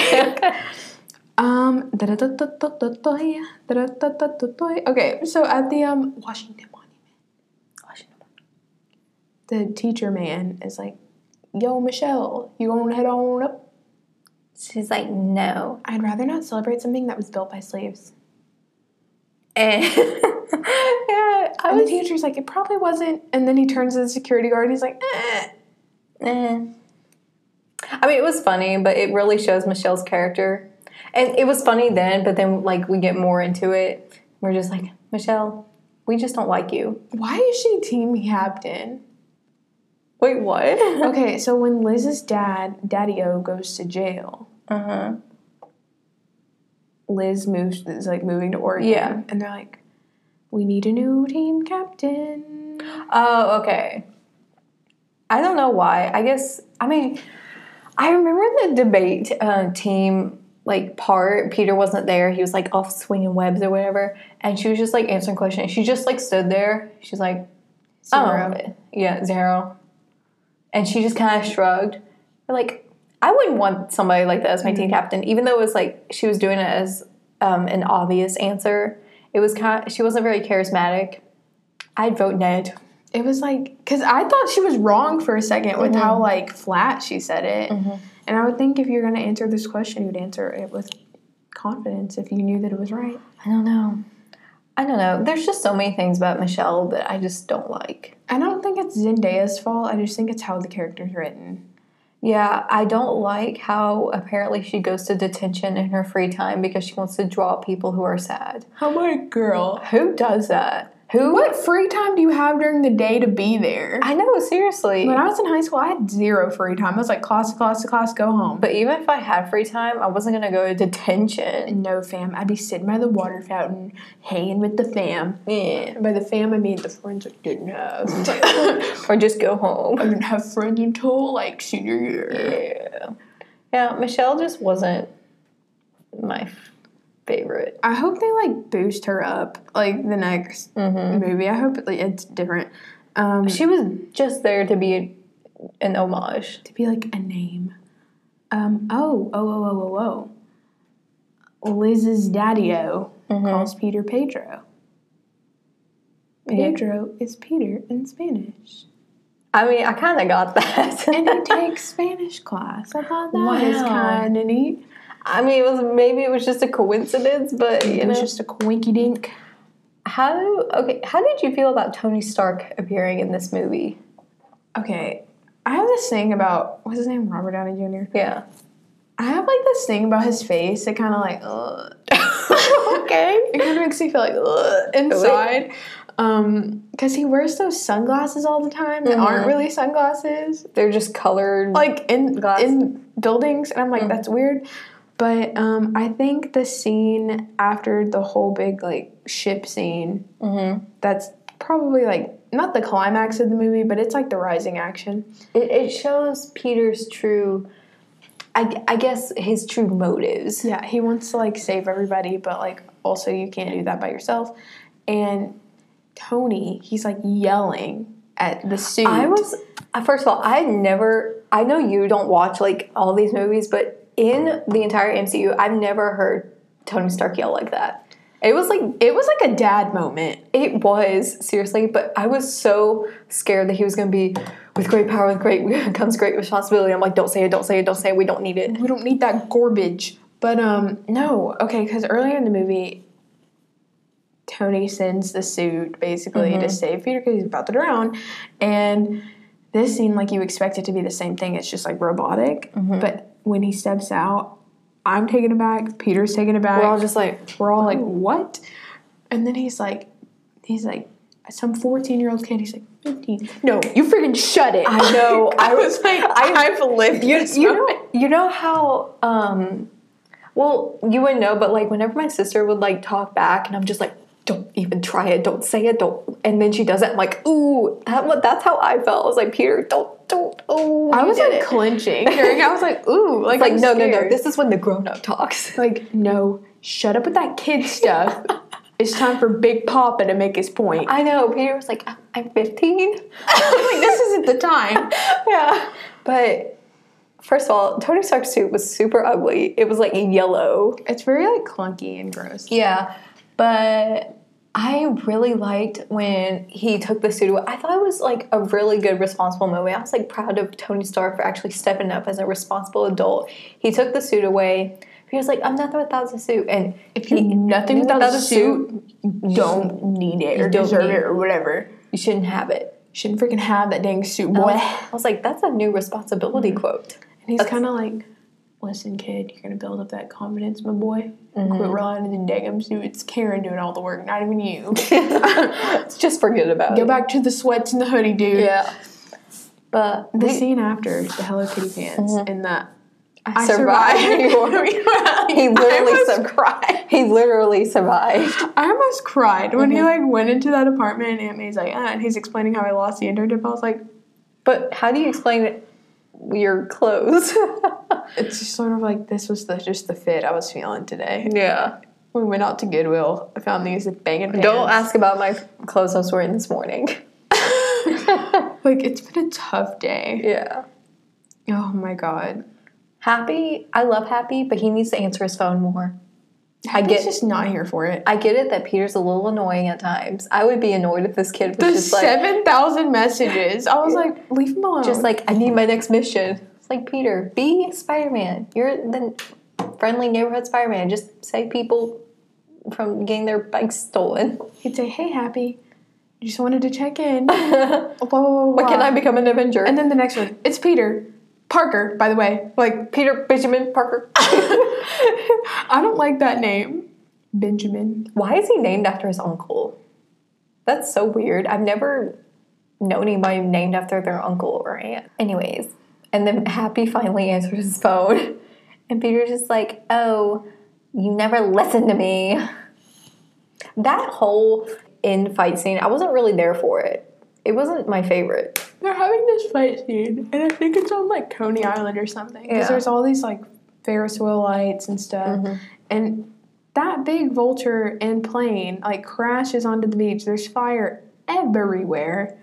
Speaker 2: Um. da-da-da-da-da-da-da, da-da-da-da-da-da. Okay, so at the um Washington Monument, the teacher man is like, "Yo, Michelle, you gonna head on up?
Speaker 3: she's like no,
Speaker 2: I'd rather not celebrate something that was built by slaves."
Speaker 3: and yeah, I
Speaker 2: And the
Speaker 3: was.
Speaker 2: teacher's like, "It probably wasn't." And then he turns to the security guard and he's like, eh.
Speaker 3: eh. I mean, it was funny, but it really shows Michelle's character, and it was funny then. But then, like, we get more into it. We're just like Michelle. We just don't like you.
Speaker 2: "Why is she team captain?"
Speaker 3: Wait, what?
Speaker 2: Okay, so when Liz's dad, Daddy O, goes to jail,
Speaker 3: Uh huh.
Speaker 2: Liz moves is like moving to Oregon.
Speaker 3: Yeah.
Speaker 2: And they're like, We need a new team captain.
Speaker 3: Oh, okay. I don't know why. I guess I mean I remember the debate uh, team like part. Peter wasn't there. He was like off swinging webs or whatever, and she was just like answering questions. She just like stood there. She's like,
Speaker 2: Zero.
Speaker 3: oh, yeah, zero, and she just kind of shrugged. We're like, I wouldn't want somebody like that as my team captain, even though it was like she was doing it as um, an obvious answer. It was kind. Of, she wasn't very charismatic. I'd vote Ned.
Speaker 2: It was like, because I thought she was wrong for a 2nd with
Speaker 3: Mm-hmm.
Speaker 2: how like flat she said it. And I would think if you're going to answer this question, you'd answer it with confidence if you knew that it was right.
Speaker 3: I don't know. I don't know. There's just so many things about Michelle that I just don't like.
Speaker 2: I don't think it's Zendaya's fault. I just think it's how the character's written.
Speaker 3: Yeah, I don't like how apparently she goes to detention in her free time because she wants to draw people who are sad.
Speaker 2: How about girl?
Speaker 3: Who does that? Who?
Speaker 2: What free time do you have during the day to be there?
Speaker 3: I know, seriously.
Speaker 2: When
Speaker 3: But,
Speaker 2: I was in high school, I had zero free time. I was like class to class to class, go home.
Speaker 3: even if I had free time, I wasn't going to go to detention.
Speaker 2: No, fam. I'd be sitting by the water fountain, hanging with the fam.
Speaker 3: Yeah.
Speaker 2: And by the fam, I mean the friends I didn't have. I
Speaker 3: Or just go home.
Speaker 2: didn't have friends until like senior year.
Speaker 3: Yeah. Yeah, Michelle just wasn't my f- favorite.
Speaker 2: I hope they like boost her up, like the next movie. I hope it, like, it's different. Um,
Speaker 3: She was just there to be an homage.
Speaker 2: to be like a name. Um, oh, oh, oh, oh, oh, oh. Liz's daddy o
Speaker 3: Mm-hmm.
Speaker 2: calls Peter Pedro.
Speaker 3: Yeah.
Speaker 2: Pedro is Peter in Spanish.
Speaker 3: I mean, I kind of got that.
Speaker 2: and he takes Spanish class. I thought that was
Speaker 3: Wow.
Speaker 2: kind of neat.
Speaker 3: I mean, it was maybe it was just a coincidence, but you
Speaker 2: It
Speaker 3: know,
Speaker 2: was just a quinky dink.
Speaker 3: how okay? How did you feel about Tony Stark appearing in this movie?
Speaker 2: Okay, I have this thing about what's his name, Robert Downey Jr.
Speaker 3: Yeah.
Speaker 2: I have like this thing about his face that kind of like, ugh.
Speaker 3: okay.
Speaker 2: it kind of makes me feel like ugh, inside. Um, because he wears those sunglasses all the time that
Speaker 3: Mm-hmm.
Speaker 2: aren't really sunglasses,
Speaker 3: They're just colored.
Speaker 2: like in
Speaker 3: Glasses.
Speaker 2: in buildings, and I'm
Speaker 3: Mm.
Speaker 2: like, that's weird. But um, I think the scene after the whole big like ship scene,
Speaker 3: Mm-hmm.
Speaker 2: that's probably like not the climax of the movie, but it's like the rising action.
Speaker 3: it, it shows Peter's true. I, I guess his true motives.
Speaker 2: Yeah, he wants to like save everybody, but like also you can't do that by yourself. And Tony, he's like yelling at the suit.
Speaker 3: I was uh, first of all, I had never. I know you don't watch like all these movies, but in the entire MCU, I've never heard Tony Stark yell like that. It was like
Speaker 2: it was like a dad moment.
Speaker 3: it was seriously, but I was so scared that he was going to be with great power, with great comes great responsibility. I'm like, don't say it, don't say it, don't say it. We don't need it.
Speaker 2: We don't need that garbage. But um no, okay, because earlier in the movie, Tony sends the suit basically
Speaker 3: Mm-hmm.
Speaker 2: to save Peter because he's about to drown, and this scene like you expect it to be the same thing. It's just like robotic,
Speaker 3: Mm-hmm.
Speaker 2: but when he steps out, I'm taken aback. Peter's taken aback.
Speaker 3: We're all just like,
Speaker 2: we're all like what? And then he's like, he's like. Some fourteen-year-old kid. He's like fifteen. No, you freaking shut it.
Speaker 3: I know.
Speaker 2: I
Speaker 3: I
Speaker 2: was like, I, have lived this
Speaker 3: you
Speaker 2: moment.
Speaker 3: know, you know how. Um, well, you wouldn't know, but like whenever my sister would like talk back, and I'm just like, don't even try it, don't say it, don't. And then she does it. I'm like, ooh, that, what- that's how I felt. I was like, Peter, don't, don't. Oh,
Speaker 2: I
Speaker 3: you
Speaker 2: was
Speaker 3: did
Speaker 2: like
Speaker 3: it.
Speaker 2: clenching during. I was like, ooh, like,
Speaker 3: like,
Speaker 2: I'm
Speaker 3: no, no, no.
Speaker 2: scared.
Speaker 3: This is when the grown up talks.
Speaker 2: like no, shut up with that kid stuff. it's time for Big Papa to make his point.
Speaker 3: I know. Peter was like, "I'm- I'm 15.
Speaker 2: I'm like this isn't the time.
Speaker 3: yeah. But first of all, Tony Stark's suit was super ugly. It was like yellow.
Speaker 2: It's very like clunky and gross.
Speaker 3: Yeah. But I really liked when he took the suit away. I thought it was like a really good, responsible moment. I was like proud of Tony Stark for actually stepping up as a responsible adult. He took the suit away. He was like, I'm nothing without the suit. And
Speaker 2: If you nothing without, a suit, you don't need it or
Speaker 3: don't
Speaker 2: deserve
Speaker 3: need
Speaker 2: it
Speaker 3: it.
Speaker 2: or whatever.
Speaker 3: you shouldn't have it.
Speaker 2: Shouldn't freaking have that dang suit,
Speaker 3: I
Speaker 2: boy.
Speaker 3: was, I was like, that's a new responsibility quote.
Speaker 2: And he's kind of like, listen, kid, you're gonna build up that confidence, my boy. Quit relying on the dang suit. It's Karen doing all the work, not even you.
Speaker 3: Just forget about
Speaker 2: Go
Speaker 3: it.
Speaker 2: back to the sweats and the hoodie, dude.
Speaker 3: Yeah. But
Speaker 2: The
Speaker 3: we-
Speaker 2: scene after the Hello Kitty pants and the I
Speaker 3: survived New York. he literally
Speaker 2: almost
Speaker 3: sur- He literally survived.
Speaker 2: I almost cried when he like went into that apartment and Aunt May's like, ah, and he's explaining how I lost the internship. I was like,
Speaker 3: But how do you explain it? your clothes?
Speaker 2: it's just sort of like this was the, just the fit I was feeling today.
Speaker 3: yeah.
Speaker 2: We went out to Goodwill. I found these banging pants.
Speaker 3: Don't ask about my clothes I was wearing this morning.
Speaker 2: Like it's been a tough day.
Speaker 3: yeah.
Speaker 2: Oh my god.
Speaker 3: Happy, I love Happy, but he needs to answer his phone more.
Speaker 2: I
Speaker 3: get-
Speaker 2: just not here for it.
Speaker 3: I get it that Peter's a little annoying at times. I would be annoyed if this kid was
Speaker 2: There's
Speaker 3: just like,
Speaker 2: seven thousand messages. I was like, leave him alone.
Speaker 3: just like, I need my next mission. It's like Peter, be Spider Man. You're the friendly neighborhood Spider Man. Just save people from getting their bikes stolen.
Speaker 2: he'd say, hey, happy. Just wanted to check in. blah blah blah.
Speaker 3: But can I become an Avenger?
Speaker 2: And then the next one, it's Peter Parker, by the way. Like,
Speaker 3: Peter Benjamin Parker.
Speaker 2: I don't like that name. Benjamin.
Speaker 3: Why is he named after his uncle? That's so weird. I've never known anybody named after their uncle or aunt. Anyways, and then Happy finally answers his phone, and Peter's just like, "Oh, you never listen to me." That whole end fight scene, I wasn't really there for it. It wasn't my favorite.
Speaker 2: They're having this fight scene, and I think it's on like Coney Island or something. Because
Speaker 3: Yeah. Mm-hmm.
Speaker 2: there's all these like Ferris wheel lights and stuff. And that big vulture and plane like crashes onto the beach. There's fire everywhere.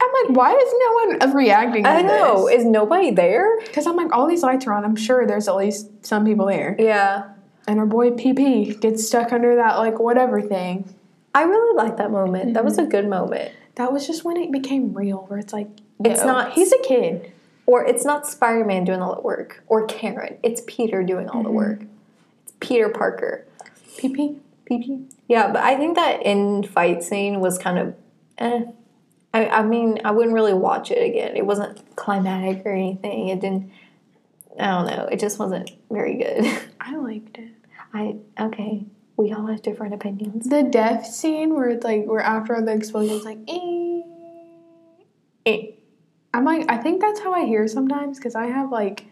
Speaker 2: I'm like, why is no one reacting to
Speaker 3: I know.
Speaker 2: this?
Speaker 3: Is nobody there?
Speaker 2: Because I'm like, all these lights are on. I'm sure there's at least some people there.
Speaker 3: Yeah.
Speaker 2: And our boy PP gets stuck under that like whatever thing.
Speaker 3: I really liked that moment. That was a good moment.
Speaker 2: That was just when it became real, where it's like,
Speaker 3: It's
Speaker 2: yo,
Speaker 3: not-
Speaker 2: He's a kid.
Speaker 3: Or it's not Spider Man doing all the work, or Karen. It's Peter doing all the work. It's Peter Parker.
Speaker 2: PP.
Speaker 3: PP. Yeah, but I think that end fight scene was kind of. Eh. I, I mean, I wouldn't really watch it again. It wasn't climatic or anything. It didn't. I don't know. It just wasn't very good.
Speaker 2: I liked it.
Speaker 3: I okay. we all have different opinions.
Speaker 2: The death scene where it's like where after the explosion it's like eh, eh. I'm like I think that's how I hear sometimes because I have like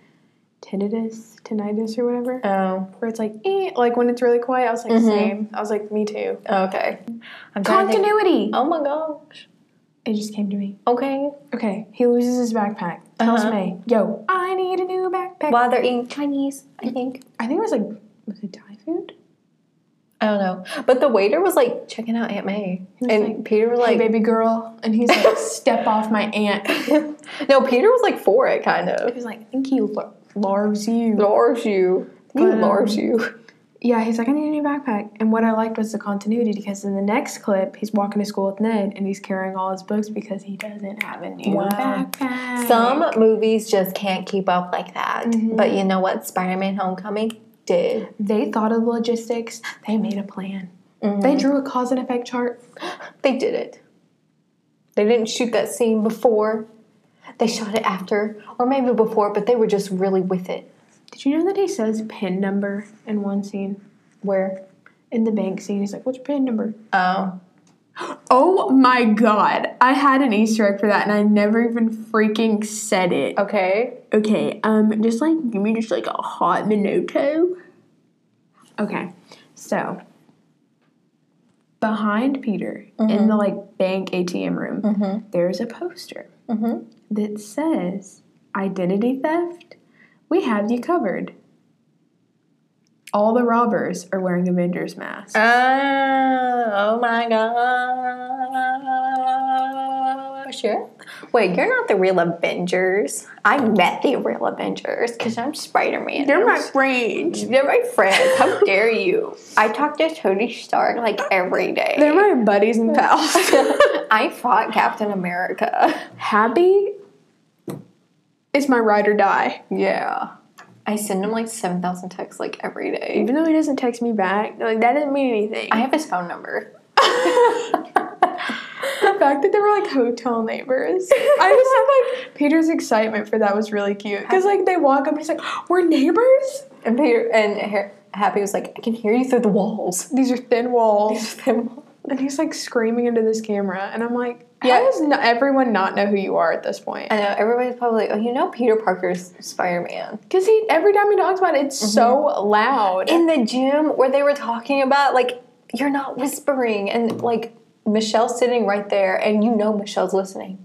Speaker 2: tinnitus, tinnitus or whatever.
Speaker 3: Oh,
Speaker 2: Where it's like eh, like when it's really quiet, I was like
Speaker 3: Mhm.
Speaker 2: same. I was like me too.
Speaker 3: okay. I'm trying to think-
Speaker 2: Continuity.
Speaker 3: Oh my gosh.
Speaker 2: It just came to me.
Speaker 3: Okay.
Speaker 2: Okay, he loses his backpack. Tells
Speaker 3: Uh-huh.
Speaker 2: May, yo, I need a new backpack.
Speaker 3: While they're eating Chinese, I think.
Speaker 2: I think it was like was it Thai food?
Speaker 3: I don't know. But the waiter was like checking out Aunt May.
Speaker 2: was
Speaker 3: And
Speaker 2: like,
Speaker 3: Peter was
Speaker 2: Like
Speaker 3: like,
Speaker 2: baby girl, and he's like step off my aunt.
Speaker 3: no, Peter was like for it, kind
Speaker 2: He
Speaker 3: of.
Speaker 2: was like, I think he lar- larves you.
Speaker 3: Larves you. He
Speaker 2: But, um,
Speaker 3: larves you.
Speaker 2: Yeah, he's like, I need a new backpack. And what I liked was the continuity because in the next clip, he's walking to school with Ned and he's carrying all his books because he doesn't have a new
Speaker 3: Wow.
Speaker 2: backpack.
Speaker 3: Some movies just can't keep up like that.
Speaker 2: Mhm.
Speaker 3: But you know what? Spider Man Homecoming did.
Speaker 2: they thought of logistics. They made a plan. They
Speaker 3: They,
Speaker 2: drew a cause and effect chart.
Speaker 3: they did it. They didn't shoot that scene before. They shot it after, or maybe before, but they were just really with it.
Speaker 2: Did you know that he says pin number in one scene?
Speaker 3: Where?
Speaker 2: In the bank scene, he's like, "What's your pin number?"
Speaker 3: Oh.
Speaker 2: Oh my god! I had an Easter egg for that, and I never even freaking said it.
Speaker 3: Okay.
Speaker 2: Okay, um, just like give me just like a hot Minuto. Okay, so behind Peter in the like bank ATM room, there's a poster Mm-hmm.
Speaker 3: Mhm.
Speaker 2: that says "Identity theft. We have you covered." All the robbers are wearing Avengers masks.
Speaker 3: Oh, oh my god. Sure. Wait, you're not the real Avengers. I met the real Avengers because I'm Spider Man.
Speaker 2: They're my friends.
Speaker 3: They're my friends. How dare you? I talk to Tony Stark like every day.
Speaker 2: They're my buddies and pals.
Speaker 3: I fought Captain America.
Speaker 2: Happy is my ride or die.
Speaker 3: Yeah. I send him like 7,000 texts like every day.
Speaker 2: Even though he doesn't text me back, like that doesn't mean anything.
Speaker 3: I have his phone number.
Speaker 2: the fact that they were like hotel neighbors. I just have like Peter's excitement for that was really cute because like they walk up and he's like, "We're neighbors.
Speaker 3: And Peter and Ha- Happy was like, I can hear you through the walls.
Speaker 2: These are thin walls."
Speaker 3: yeah,
Speaker 2: And he's like screaming into this camera, and I'm like, "How
Speaker 3: Yeah.
Speaker 2: does not everyone not know who you are at this point?"
Speaker 3: I know everybody's probably like, oh, you know Peter Parker's Spider Man.
Speaker 2: Because he every time he talks about it, it's so loud.
Speaker 3: In the gym where they were talking about like you're not whispering and like Michelle's sitting right there and you know Michelle's listening.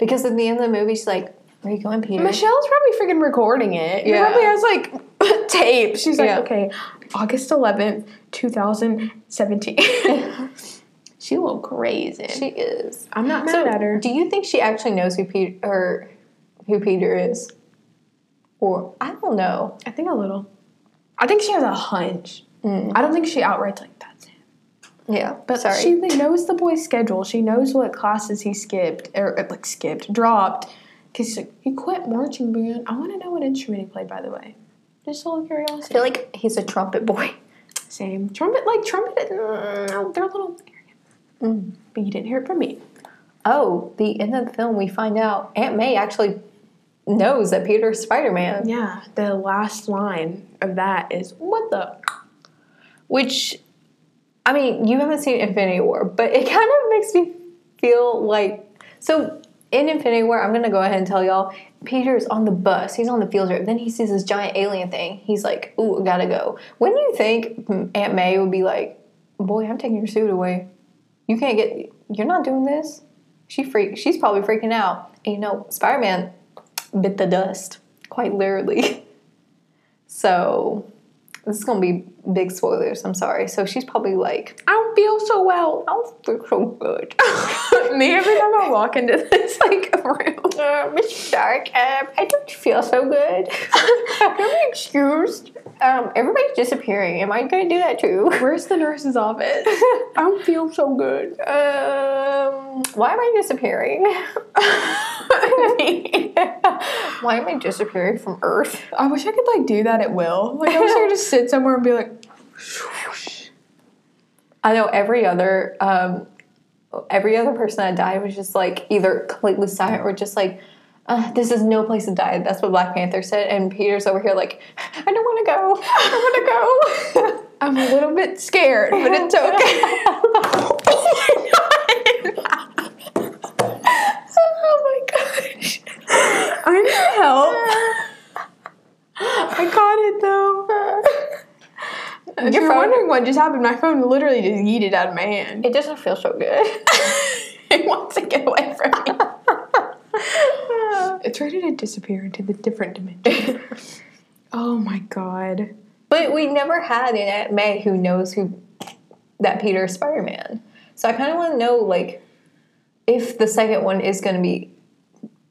Speaker 3: Because at the end of the movie she's like, Where are you going, Peter?
Speaker 2: Michelle's probably freaking recording it. She
Speaker 3: Yeah.
Speaker 2: probably has like tape. She's like,
Speaker 3: Yeah.
Speaker 2: okay, August 11th, 2017. she a little crazy.
Speaker 3: she is.
Speaker 2: I'm not mad
Speaker 3: So,
Speaker 2: at her.
Speaker 3: do you think she actually knows who Peter or who Peter is? Or I don't know.
Speaker 2: I think a little. I think she has a hunch. I don't think she outright's like, that's it.
Speaker 3: Yeah,
Speaker 2: But
Speaker 3: sorry.
Speaker 2: she like, knows the boy's schedule. She knows what classes he skipped, or uh, like skipped, dropped. Because she's like, he quit marching band. I want to know what instrument he played, by the way. Just a little
Speaker 3: I
Speaker 2: curiosity.
Speaker 3: feel like he's a trumpet boy.
Speaker 2: Same. Trumpet, like trumpet, mm, they're a little arrogant. But you didn't hear it from me.
Speaker 3: Oh, the end of the film, we find out Aunt May actually knows that Peter's Spider Man,
Speaker 2: Yeah, the last line of that is, what the?
Speaker 3: which, I mean, you haven't seen Infinity War, but it kind of makes me feel like. So, in Infinity War, I'm going to go ahead and tell y'all Peter's on the bus, he's on the field trip, then he sees this giant alien thing. He's like, ooh, I gotta go. When do you think Aunt May would be like, boy, I'm taking your suit away? You can't get, you're not doing this? She freak, she's probably freaking out. And you know, Spider Man bit the dust, quite literally. so this is gonna be big spoilers. I'm sorry. So she's probably like,
Speaker 2: I don't feel so well.
Speaker 3: "I don't feel so good,
Speaker 2: me, every time I walk into this, like, room,
Speaker 3: uh, Miss Stark. Um, I don't feel so good.
Speaker 2: I'm excused.
Speaker 3: um, everybody's disappearing. Am I gonna do that too?
Speaker 2: Where's the nurse's office? I don't feel so good.
Speaker 3: Um, why am I disappearing? why am I disappearing from Earth?
Speaker 2: I wish I could, like, do that at will. Like, I wish I could just sit somewhere and be like,
Speaker 3: I know every other um, every other person that died was just like either completely silent or just like uh, this is no place to die. That's what Black Panther said, and Peter's over here like I don't want to go. I don't want to go.
Speaker 2: I'm a little bit scared, but it's okay.
Speaker 1: Oh my gosh.
Speaker 2: I need help. I caught it though. If
Speaker 3: Your
Speaker 2: you're
Speaker 3: phone-
Speaker 2: wondering what just happened, my phone literally just yeeted out of my hand.
Speaker 3: It doesn't feel so good.
Speaker 2: it wants to get away from me. it's ready to disappear into the different dimension. oh my god.
Speaker 3: But we never had an Aunt May who knows who that Peter is Spider Man. So I kind of want to know like if the second one is going to be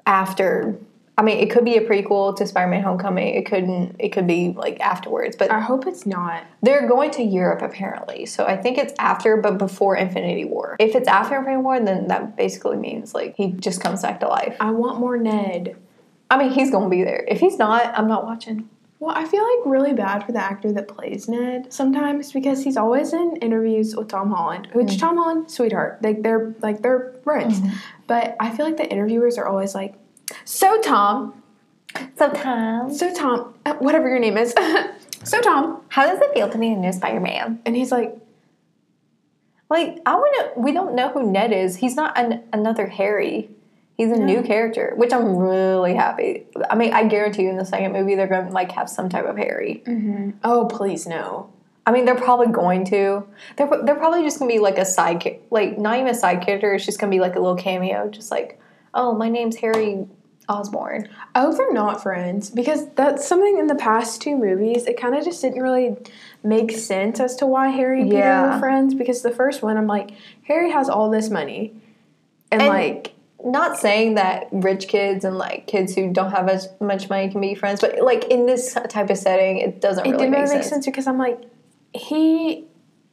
Speaker 3: after. I mean, it could be a prequel to Spider Man Homecoming. It couldn't. It could be like afterwards. But
Speaker 2: I hope it's not.
Speaker 3: they're going to Europe apparently. So I think it's after, but before Infinity War. If it's after Infinity War, then that basically means like he just comes back to life.
Speaker 2: I want more Ned.
Speaker 3: I mean, he's going to be there. If he's not, I'm not watching.
Speaker 2: Well, I feel like really bad for the actor that plays Ned sometimes because he's always in interviews with Tom Holland, which Tom Holland, sweetheart, like they're like they're friends. But I feel like the interviewers are always like, "So Tom,
Speaker 3: Sometimes.
Speaker 2: so Tom, uh, whatever your name is, so Tom,"
Speaker 3: How does it feel to be a new Spider Man?
Speaker 2: and he's like,
Speaker 3: Like I want to. We don't know who Ned is. He's not an, another Harry. He's a new character, which I'm really happy. I mean, I guarantee you, in the second movie, they're going to like have some type of Harry.
Speaker 2: "Oh, please no."
Speaker 3: I mean, they're probably going to. They're they're probably just going to be like a side, cha- like not even a side character. It's just going to be like a little cameo, just like, oh, my name's Harry Osborn.
Speaker 2: I hope they're not friends because that's something in the past two movies. It kind of just didn't really make sense as to why Harry and Peter
Speaker 3: Yeah.
Speaker 2: were friends because the first one, I'm like, Harry has all this money,
Speaker 3: And-
Speaker 2: and like.
Speaker 3: Not saying that rich kids and like kids who don't have as much money can be friends, but like in this type of setting, it doesn't
Speaker 2: it
Speaker 3: really
Speaker 2: didn't
Speaker 3: make,
Speaker 2: really make
Speaker 3: sense.
Speaker 2: sense because I'm like, he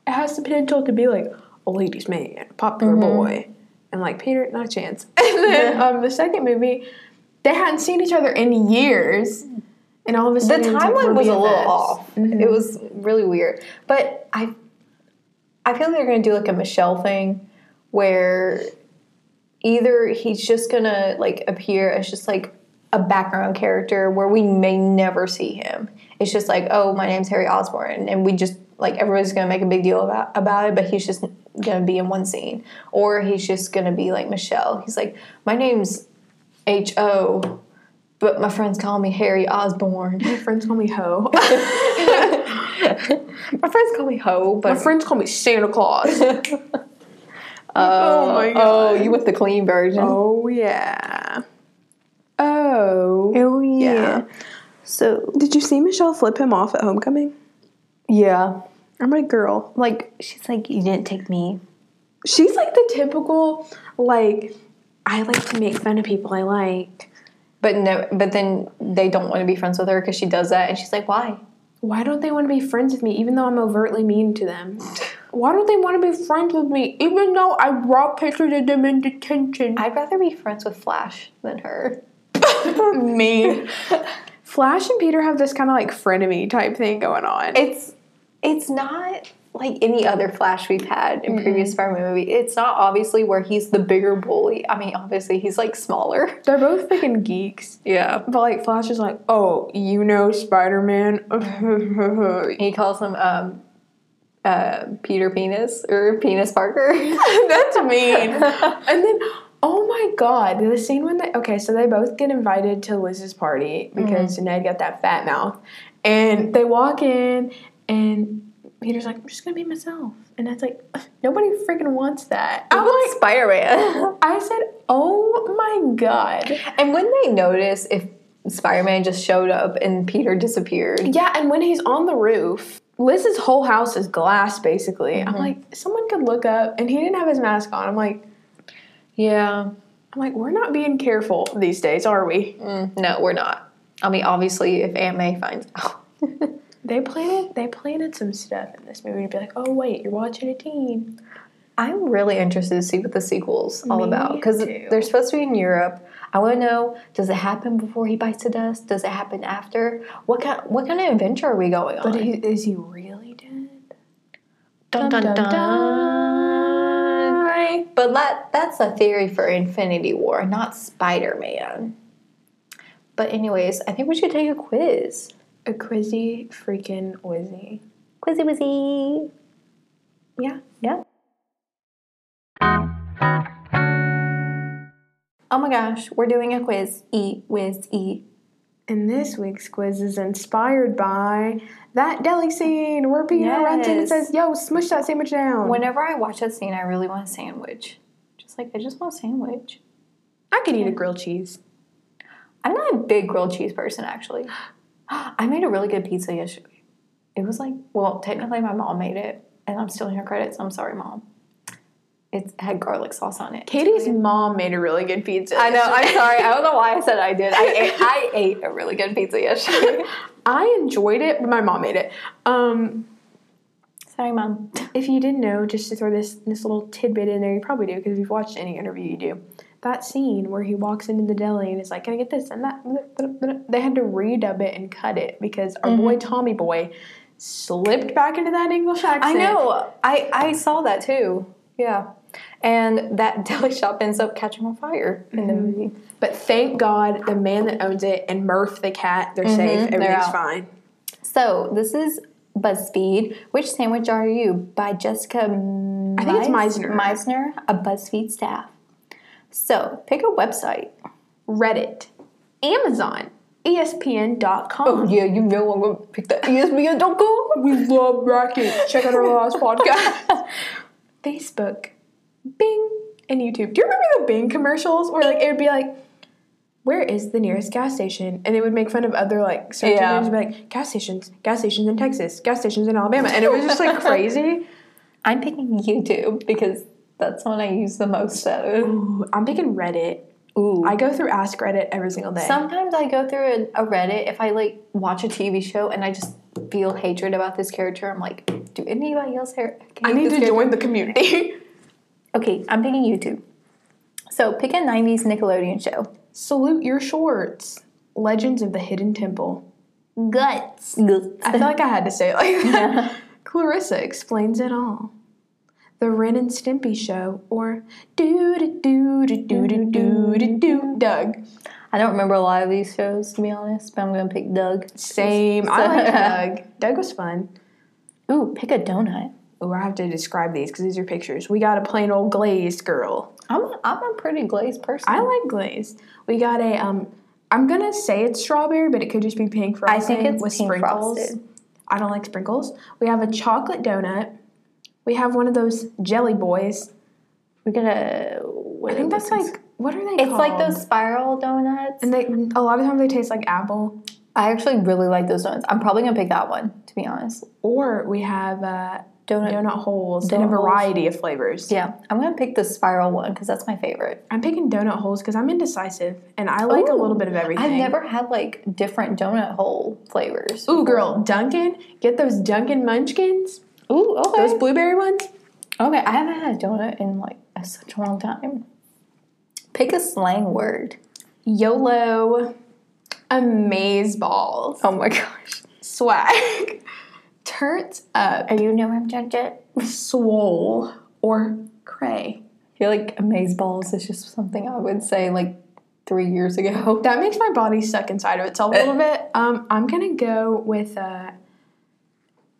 Speaker 2: has the potential to be like a ladies' man, a popular
Speaker 3: Mm-hmm.
Speaker 2: boy, and like Peter, not a chance. And then um, the second movie, they hadn't seen each other in years, and all of a
Speaker 3: the
Speaker 2: sudden it's like,
Speaker 3: timeline
Speaker 2: we're
Speaker 3: was a little
Speaker 2: BFFs.
Speaker 3: off. It was really weird. But I I feel they're gonna do like a Michelle thing where either he's just gonna like appear as just like a background character where we may never see him. It's just like, oh, my name's Harry Osborn, and we just like everybody's gonna make a big deal about about it, but he's just gonna be in one scene, or he's just gonna be like Michelle. He's like, my name's H O, but my friends call me Harry Osborn.
Speaker 2: My friends call me Ho.
Speaker 3: My friends call me hoe,
Speaker 2: My
Speaker 3: but
Speaker 2: friends call me Santa Claus. oh my
Speaker 3: oh,
Speaker 2: god.
Speaker 3: you with the clean version.
Speaker 2: Oh yeah. Oh.
Speaker 1: Oh,
Speaker 2: yeah.
Speaker 1: So,
Speaker 2: Did you see Michelle flip him off at homecoming?
Speaker 3: Yeah,
Speaker 2: I'm a girl.
Speaker 3: like she's like, you didn't take me.
Speaker 2: She's like the typical, like, I like to make fun of people I like.
Speaker 3: But no, but then they don't want to be friends with her because she does that, and she's like, why?
Speaker 2: Why don't they want to be friends with me even though I'm overtly mean to them? Why don't they want to be friends with me even though I draw pictures of them in detention?
Speaker 3: I'd rather be friends with Flash than her.
Speaker 2: mean. Flash and Peter have this kind of like frenemy type thing going on.
Speaker 3: It's it's not like any other Flash we've had in previous Spider-Man movie. It's not obviously where he's the bigger bully. I mean, obviously he's like smaller.
Speaker 2: They're both freaking geeks.
Speaker 3: Yeah,
Speaker 2: But like Flash is like, oh, you know Spider Man.
Speaker 3: he calls him um, uh, Peter Penis or Penis Parker.
Speaker 2: That's mean. and then, oh my god, the scene when they okay, so they both get invited to Liz's party because Ned got that fat mouth, and they walk in, and Peter's like, "I'm just gonna be myself," and that's like, nobody freaking wants that. I'm like,
Speaker 3: Spider Man.
Speaker 2: I said, "Oh my god."
Speaker 3: and when they notice if Spider Man just showed up and Peter disappeared,
Speaker 2: Yeah, and when he's on the roof, Liz's whole house is glass basically. I'm like, someone could look up, and he didn't have his mask on. I'm like.
Speaker 3: yeah,
Speaker 2: I'm like, we're not being careful these days, are we?
Speaker 3: no, we're not. I mean, obviously, if Aunt May finds out,
Speaker 2: They planted they planted some stuff in this movie to be like, oh wait, you're watching a teen.
Speaker 3: I'm really interested to see what the sequel's all
Speaker 2: Me
Speaker 3: about because
Speaker 2: too.
Speaker 3: they're supposed to be in Europe. I want to know: Does it happen before he bites the dust? Does it happen after? What kind? What kind of adventure are we going on?
Speaker 2: But he, is he really dead?
Speaker 3: Dun, dun, dun. But that, that's a theory for Infinity War, not Spider Man. But, anyways, I think we should take a quiz.
Speaker 2: A quizzy freaking wizzy.
Speaker 3: Quizzy Wizzy.
Speaker 2: Yeah.
Speaker 3: Yeah. Oh my gosh, we're doing a quiz. E, whiz, E.
Speaker 2: And this week's quiz is inspired by that deli scene where Peter runs in and
Speaker 3: Yes.
Speaker 2: says, Yo, smush that sandwich down.
Speaker 3: Whenever I watch that scene, I really want a sandwich. Just like, I just want a sandwich.
Speaker 2: I could eat a grilled cheese.
Speaker 3: I'm not a big grilled cheese person, actually. I made a really good pizza yesterday. It was like, well, technically my mom made it, and I'm stealing her credits. I'm sorry, mom. It had garlic sauce on it.
Speaker 2: Katie's mom made a really good pizza.
Speaker 3: I know. I'm sorry. I don't know why I said I did. I ate, I ate a really good pizza yesterday.
Speaker 2: I enjoyed it, but my mom made it. Um,
Speaker 3: sorry, mom.
Speaker 2: if you didn't know, just to throw this this little tidbit in there, you probably do because if you've watched any interview, you do. That scene where he walks into the deli and is like, "Can I get this?" and that they had to redub it and cut it because our boy Tommy Boy slipped back into that English accent.
Speaker 3: Mm-hmm. I know. I I saw that too. Yeah. And that deli shop ends up catching on fire in the movie.
Speaker 2: But thank God the man that owns it and Murph the cat, they're safe. Everything's
Speaker 3: Mm-hmm. out.
Speaker 2: fine.
Speaker 3: So this is BuzzFeed. Which sandwich are you? By Jessica. I
Speaker 2: think it's Meisner.
Speaker 3: Meisner, a BuzzFeed staff. So pick a website.
Speaker 2: Reddit, Amazon, E ESPN.com.
Speaker 3: yeah, you know I'm gonna pick that ESPN.com.
Speaker 2: We love Racket. Check out our last podcast. Facebook, Bing, and YouTube. Do you remember the Bing commercials where like it would be like, "Where is the nearest gas station?" and it would make fun of other like search
Speaker 3: Yeah.
Speaker 2: engines, be like gas stations, gas stations in Texas, gas stations in Alabama, and it was just like crazy.
Speaker 3: I'm picking YouTube because that's the one I use the most out of.
Speaker 2: Ooh, I'm picking Reddit.
Speaker 3: Ooh.
Speaker 2: I go through Ask Reddit every single day.
Speaker 3: Sometimes I go through a, a Reddit if I like watch a TV show and I just feel hatred about this character. I'm like, do anybody else here?
Speaker 2: I need to join the community.
Speaker 3: Okay, I'm picking YouTube. So pick a '90s Nickelodeon show.
Speaker 2: Salute your shorts. Legends of the Hidden Temple.
Speaker 3: Guts.
Speaker 2: I feel like I had to say it like that. Clarissa explains it all. The Ren and Stimpy Show, or doo doo doo doo doo doo doo doo doo Doug.
Speaker 3: I don't remember a lot of these shows to be honest, but I'm gonna pick Doug.
Speaker 2: Same. I like Doug. Doug was fun.
Speaker 3: Ooh, pick a donut.
Speaker 2: Ooh, I have to describe these because these are pictures. We got a plain old glazed girl.
Speaker 3: I'm a, I'm a pretty glazed person.
Speaker 2: I like glazed. We got a um. I'm gonna say it's strawberry, but it could just be pink frosting.
Speaker 3: it's
Speaker 2: with
Speaker 3: pink
Speaker 2: sprinkles.
Speaker 3: frosted.
Speaker 2: I don't like sprinkles. We have a chocolate donut. We have one of those jelly boys.
Speaker 3: We're gonna. What
Speaker 2: I think
Speaker 3: are
Speaker 2: that's
Speaker 3: those things?
Speaker 2: like what are they?
Speaker 3: It's like
Speaker 2: called?
Speaker 3: those spiral donuts.
Speaker 2: And they a lot of times they taste like apple.
Speaker 3: I actually really like those donuts. I'm probably gonna pick that one to be honest.
Speaker 2: Or we have uh,
Speaker 3: Donut.
Speaker 2: donut holes in a
Speaker 3: Donut holes.
Speaker 2: variety of flavors.
Speaker 3: Yeah, I'm gonna pick the spiral one because that's my favorite.
Speaker 2: I'm picking donut holes because I'm indecisive and I like a
Speaker 3: Ooh.
Speaker 2: little bit of everything.
Speaker 3: I've never had like different donut hole flavors.
Speaker 2: Ooh, girl, Dunkin', get those Dunkin' Munchkins,
Speaker 3: Ooh, okay.
Speaker 2: those blueberry ones.
Speaker 3: Okay, I haven't had a donut in like a, such a long time. Pick a slang word.
Speaker 2: YOLO, amazeballs,
Speaker 3: Oh my gosh.
Speaker 2: swag, turns up,
Speaker 3: Are you know I'm judged?
Speaker 2: swole, or cray.
Speaker 3: I feel like amazeballs is just something I would say like three years ago.
Speaker 2: That makes my body suck inside of itself a little bit. Um, I'm gonna go with uh,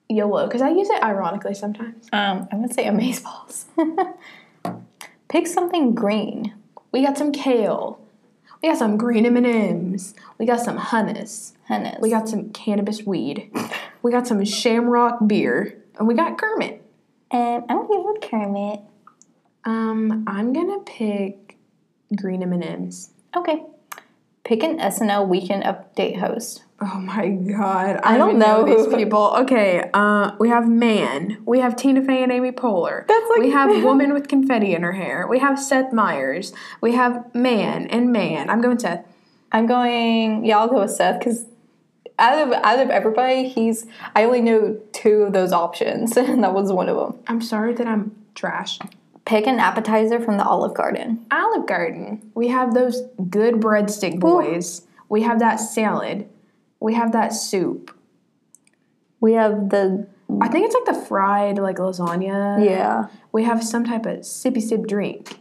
Speaker 2: YOLO because I use it ironically sometimes.
Speaker 3: Um, I'm gonna say amazeballs. Pick something green.
Speaker 2: We got some kale, we got some green M and M's, we got some hummus,
Speaker 3: Hennis.
Speaker 2: we got some cannabis weed, we got some Shamrock beer, and we got Kermit.
Speaker 3: and I'm gonna go with Kermit.
Speaker 2: Um, I'm gonna pick green M and M's.
Speaker 3: Okay. Pick an SNL weekend update host.
Speaker 2: Oh my god. I,
Speaker 3: don't
Speaker 2: even
Speaker 3: know
Speaker 2: these
Speaker 3: who-
Speaker 2: people. Okay, uh, we have man. We have Tina Fey and Amy Poehler.
Speaker 3: That's like-
Speaker 2: we have woman with confetti in her hair. We have Seth Meyers. We have man and man. I'm going Seth.
Speaker 3: I'm going. Yeah, I'll go with Seth because out of out of everybody, he's. I only know two of those options, and that was one of them.
Speaker 2: I'm sorry that I'm trash.
Speaker 3: Pick an appetizer from the Olive Garden.
Speaker 2: Olive Garden. We have those good breadstick boys. We have that salad. We have that soup.
Speaker 3: We have the
Speaker 2: I think it's like the fried like lasagna.
Speaker 3: yeah.
Speaker 2: We have some type of sippy sip drink.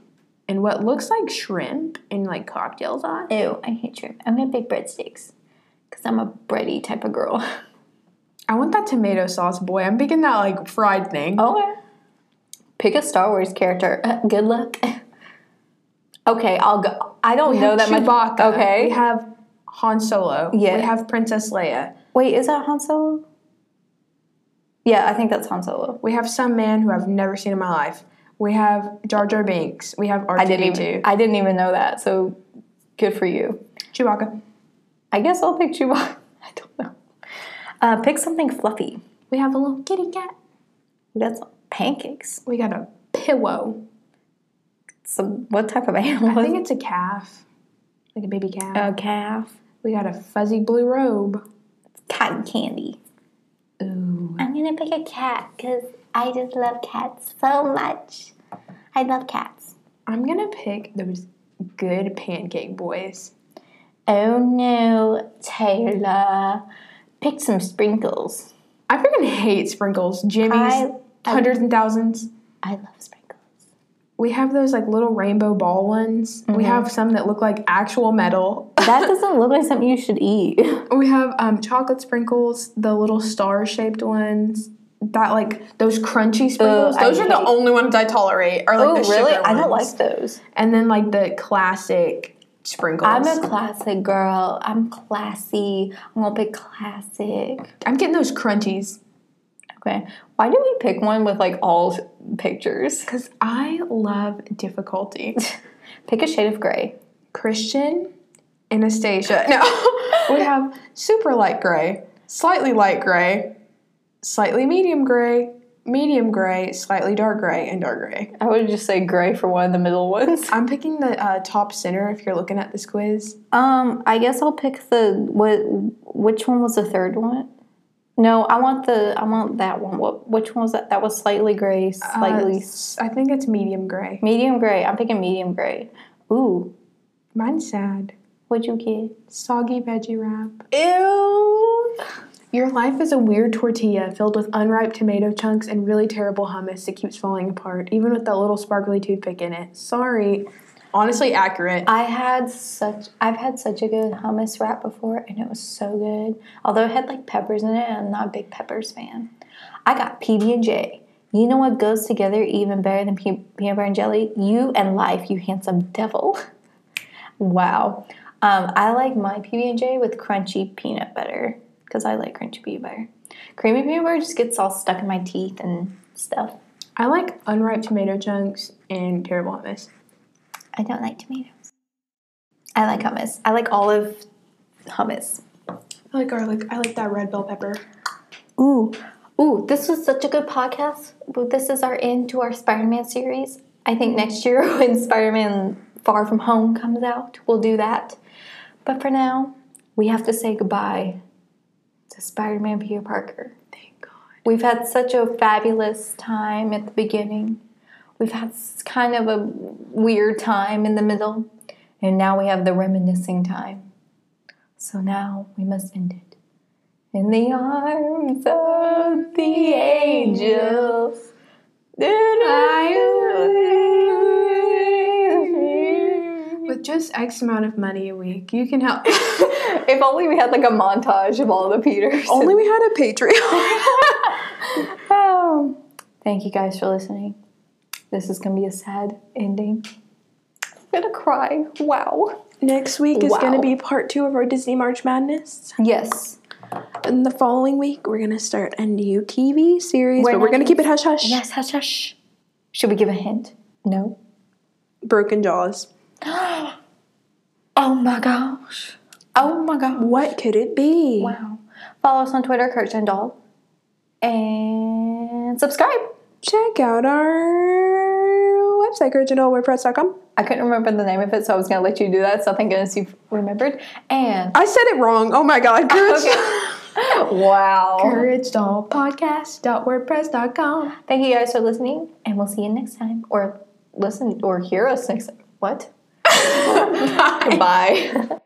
Speaker 2: And what looks like shrimp in like cocktail sauce.
Speaker 3: Ew, I hate shrimp. I'm gonna pick breadsticks because I'm a bready type of girl.
Speaker 2: I want that tomato sauce, boy. I'm picking that like fried thing.
Speaker 3: Okay. Pick a Star Wars character. Uh, Good luck. Okay, I'll go. I don't
Speaker 2: we
Speaker 3: know
Speaker 2: have
Speaker 3: that
Speaker 2: Chewbacca.
Speaker 3: much. Okay.
Speaker 2: We have Han Solo.
Speaker 3: Yeah.
Speaker 2: We have Princess Leia.
Speaker 3: Wait, is that Han Solo? Yeah, I think that's Han Solo.
Speaker 2: We have some man who I've never seen in my life. We have Jar Jar Binks. We have R2D2.
Speaker 3: I didn't even. I didn't even know that. So, good for you.
Speaker 2: Chewbacca.
Speaker 3: I guess I'll pick Chewbacca. I don't know. Uh, pick something fluffy.
Speaker 2: We have a little kitty cat.
Speaker 3: That's pancakes.
Speaker 2: We got a pillow.
Speaker 3: Some what type of
Speaker 2: I
Speaker 3: animal?
Speaker 2: think it's a calf, like a baby calf.
Speaker 3: A calf.
Speaker 2: we got a fuzzy blue robe.
Speaker 3: Cotton candy.
Speaker 2: Ooh.
Speaker 4: I'm gonna pick a cat because I just love cats so much. I love cats.
Speaker 2: I'm gonna pick those good pancake boys.
Speaker 3: Oh no, Taylor. Pick some sprinkles.
Speaker 2: I freaking hate sprinkles. Jimmy's,
Speaker 4: I-
Speaker 2: hundreds and thousands.
Speaker 3: I love sprinkles.
Speaker 2: We have those like little rainbow ball ones.
Speaker 3: Mm-hmm.
Speaker 2: We have some that look like actual metal.
Speaker 3: That doesn't look like something you should eat.
Speaker 2: we have um, chocolate sprinkles, the little star shaped ones. That like those crunchy sprinkles.
Speaker 3: I
Speaker 2: those are the
Speaker 3: hate-
Speaker 2: only ones I tolerate. Are like
Speaker 3: oh
Speaker 2: the sugar
Speaker 3: really? I don't
Speaker 2: ones.
Speaker 3: like those.
Speaker 2: And then like the classic sprinkles.
Speaker 3: I'm a classic girl. I'm classy. I'm gonna pick classic.
Speaker 2: I'm getting those crunchies
Speaker 3: Okay. Why do we pick one with like all pictures?
Speaker 2: because I love difficulty.
Speaker 3: Pick a shade of gray.
Speaker 2: Christian, Anastasia. No, we have super light gray, slightly light gray, slightly medium gray, medium gray, slightly dark gray, and dark gray.
Speaker 3: I would just say gray for one of the middle ones.
Speaker 2: I'm picking the uh, top center if you're looking at this quiz.
Speaker 3: Um, I guess I'll pick the what? Which one was the third one? No, I want the I want that one. What? Which one was that? That was slightly gray,
Speaker 2: Uh,
Speaker 3: slightly
Speaker 2: s- I think it's medium gray.
Speaker 3: medium gray. I'm picking medium gray. Ooh,
Speaker 2: Mine's sad.
Speaker 3: what'd you get?
Speaker 2: Soggy veggie wrap.
Speaker 3: Ew.
Speaker 2: Your life is a weird tortilla filled with unripe tomato chunks and really terrible hummus that keeps falling apart, even with that little sparkly toothpick in it. Sorry. Honestly, accurate.
Speaker 3: I had such I've had such a good hummus wrap before and it was so good. Although it had like peppers in it, and I'm not a big peppers fan. I got PB and J. You know what goes together even better than pe- peanut butter and jelly? You and life, you handsome devil. wow. Um, I like my PB and J with crunchy peanut butter because I like crunchy peanut butter. Creamy peanut butter just gets all stuck in my teeth and stuff.
Speaker 2: I like unripe tomato chunks and terrible hummus.
Speaker 3: I don't like tomatoes. I like hummus. I like olive hummus.
Speaker 2: I like garlic. I like that red bell pepper.
Speaker 3: Ooh, ooh, this was such a good podcast. Well, This is our end to our Spider Man series. I think next year when Spider Man Far From Home comes out, we'll do that. But for now, we have to say goodbye to Spider Man Peter Parker.
Speaker 2: Thank God.
Speaker 3: We've had such a fabulous time at the beginning. We've had s- kind of a weird time in the middle. And now we have the reminiscing time. So now we must end it. In the arms of the angels.
Speaker 2: With just X amount of money a week, you can help.
Speaker 3: if only we had like a montage of all the Peters.
Speaker 2: Only we had a Patreon.
Speaker 3: Oh. Thank you guys for listening. This is gonna be a sad ending. I'm gonna cry. Wow.
Speaker 2: Next week is going
Speaker 3: Wow.
Speaker 2: to be part two of our Disney March Madness.
Speaker 3: Yes.
Speaker 2: And the following week, we're going to start a new TV series,
Speaker 3: We're
Speaker 2: but we're
Speaker 3: not
Speaker 2: going to keep it hush hush.
Speaker 3: Yes, hush hush. Should we give a hint? No.
Speaker 2: Broken Jaws.
Speaker 3: Oh my gosh. Oh my gosh.
Speaker 2: What could it be?
Speaker 3: Wow. Follow us on Twitter, Kurt Jendal. And subscribe.
Speaker 2: Check out our website, originalwordpress.com.
Speaker 3: I couldn't remember the name of it, so I was gonna let you do that. So thank goodness you remembered. And
Speaker 2: I said it wrong. Oh my God. Courage.
Speaker 3: wow.
Speaker 2: CourageDollPodcast.wordpress.com.
Speaker 3: Thank you guys for listening, and we'll see you next time. Or listen or hear us next What? Bye.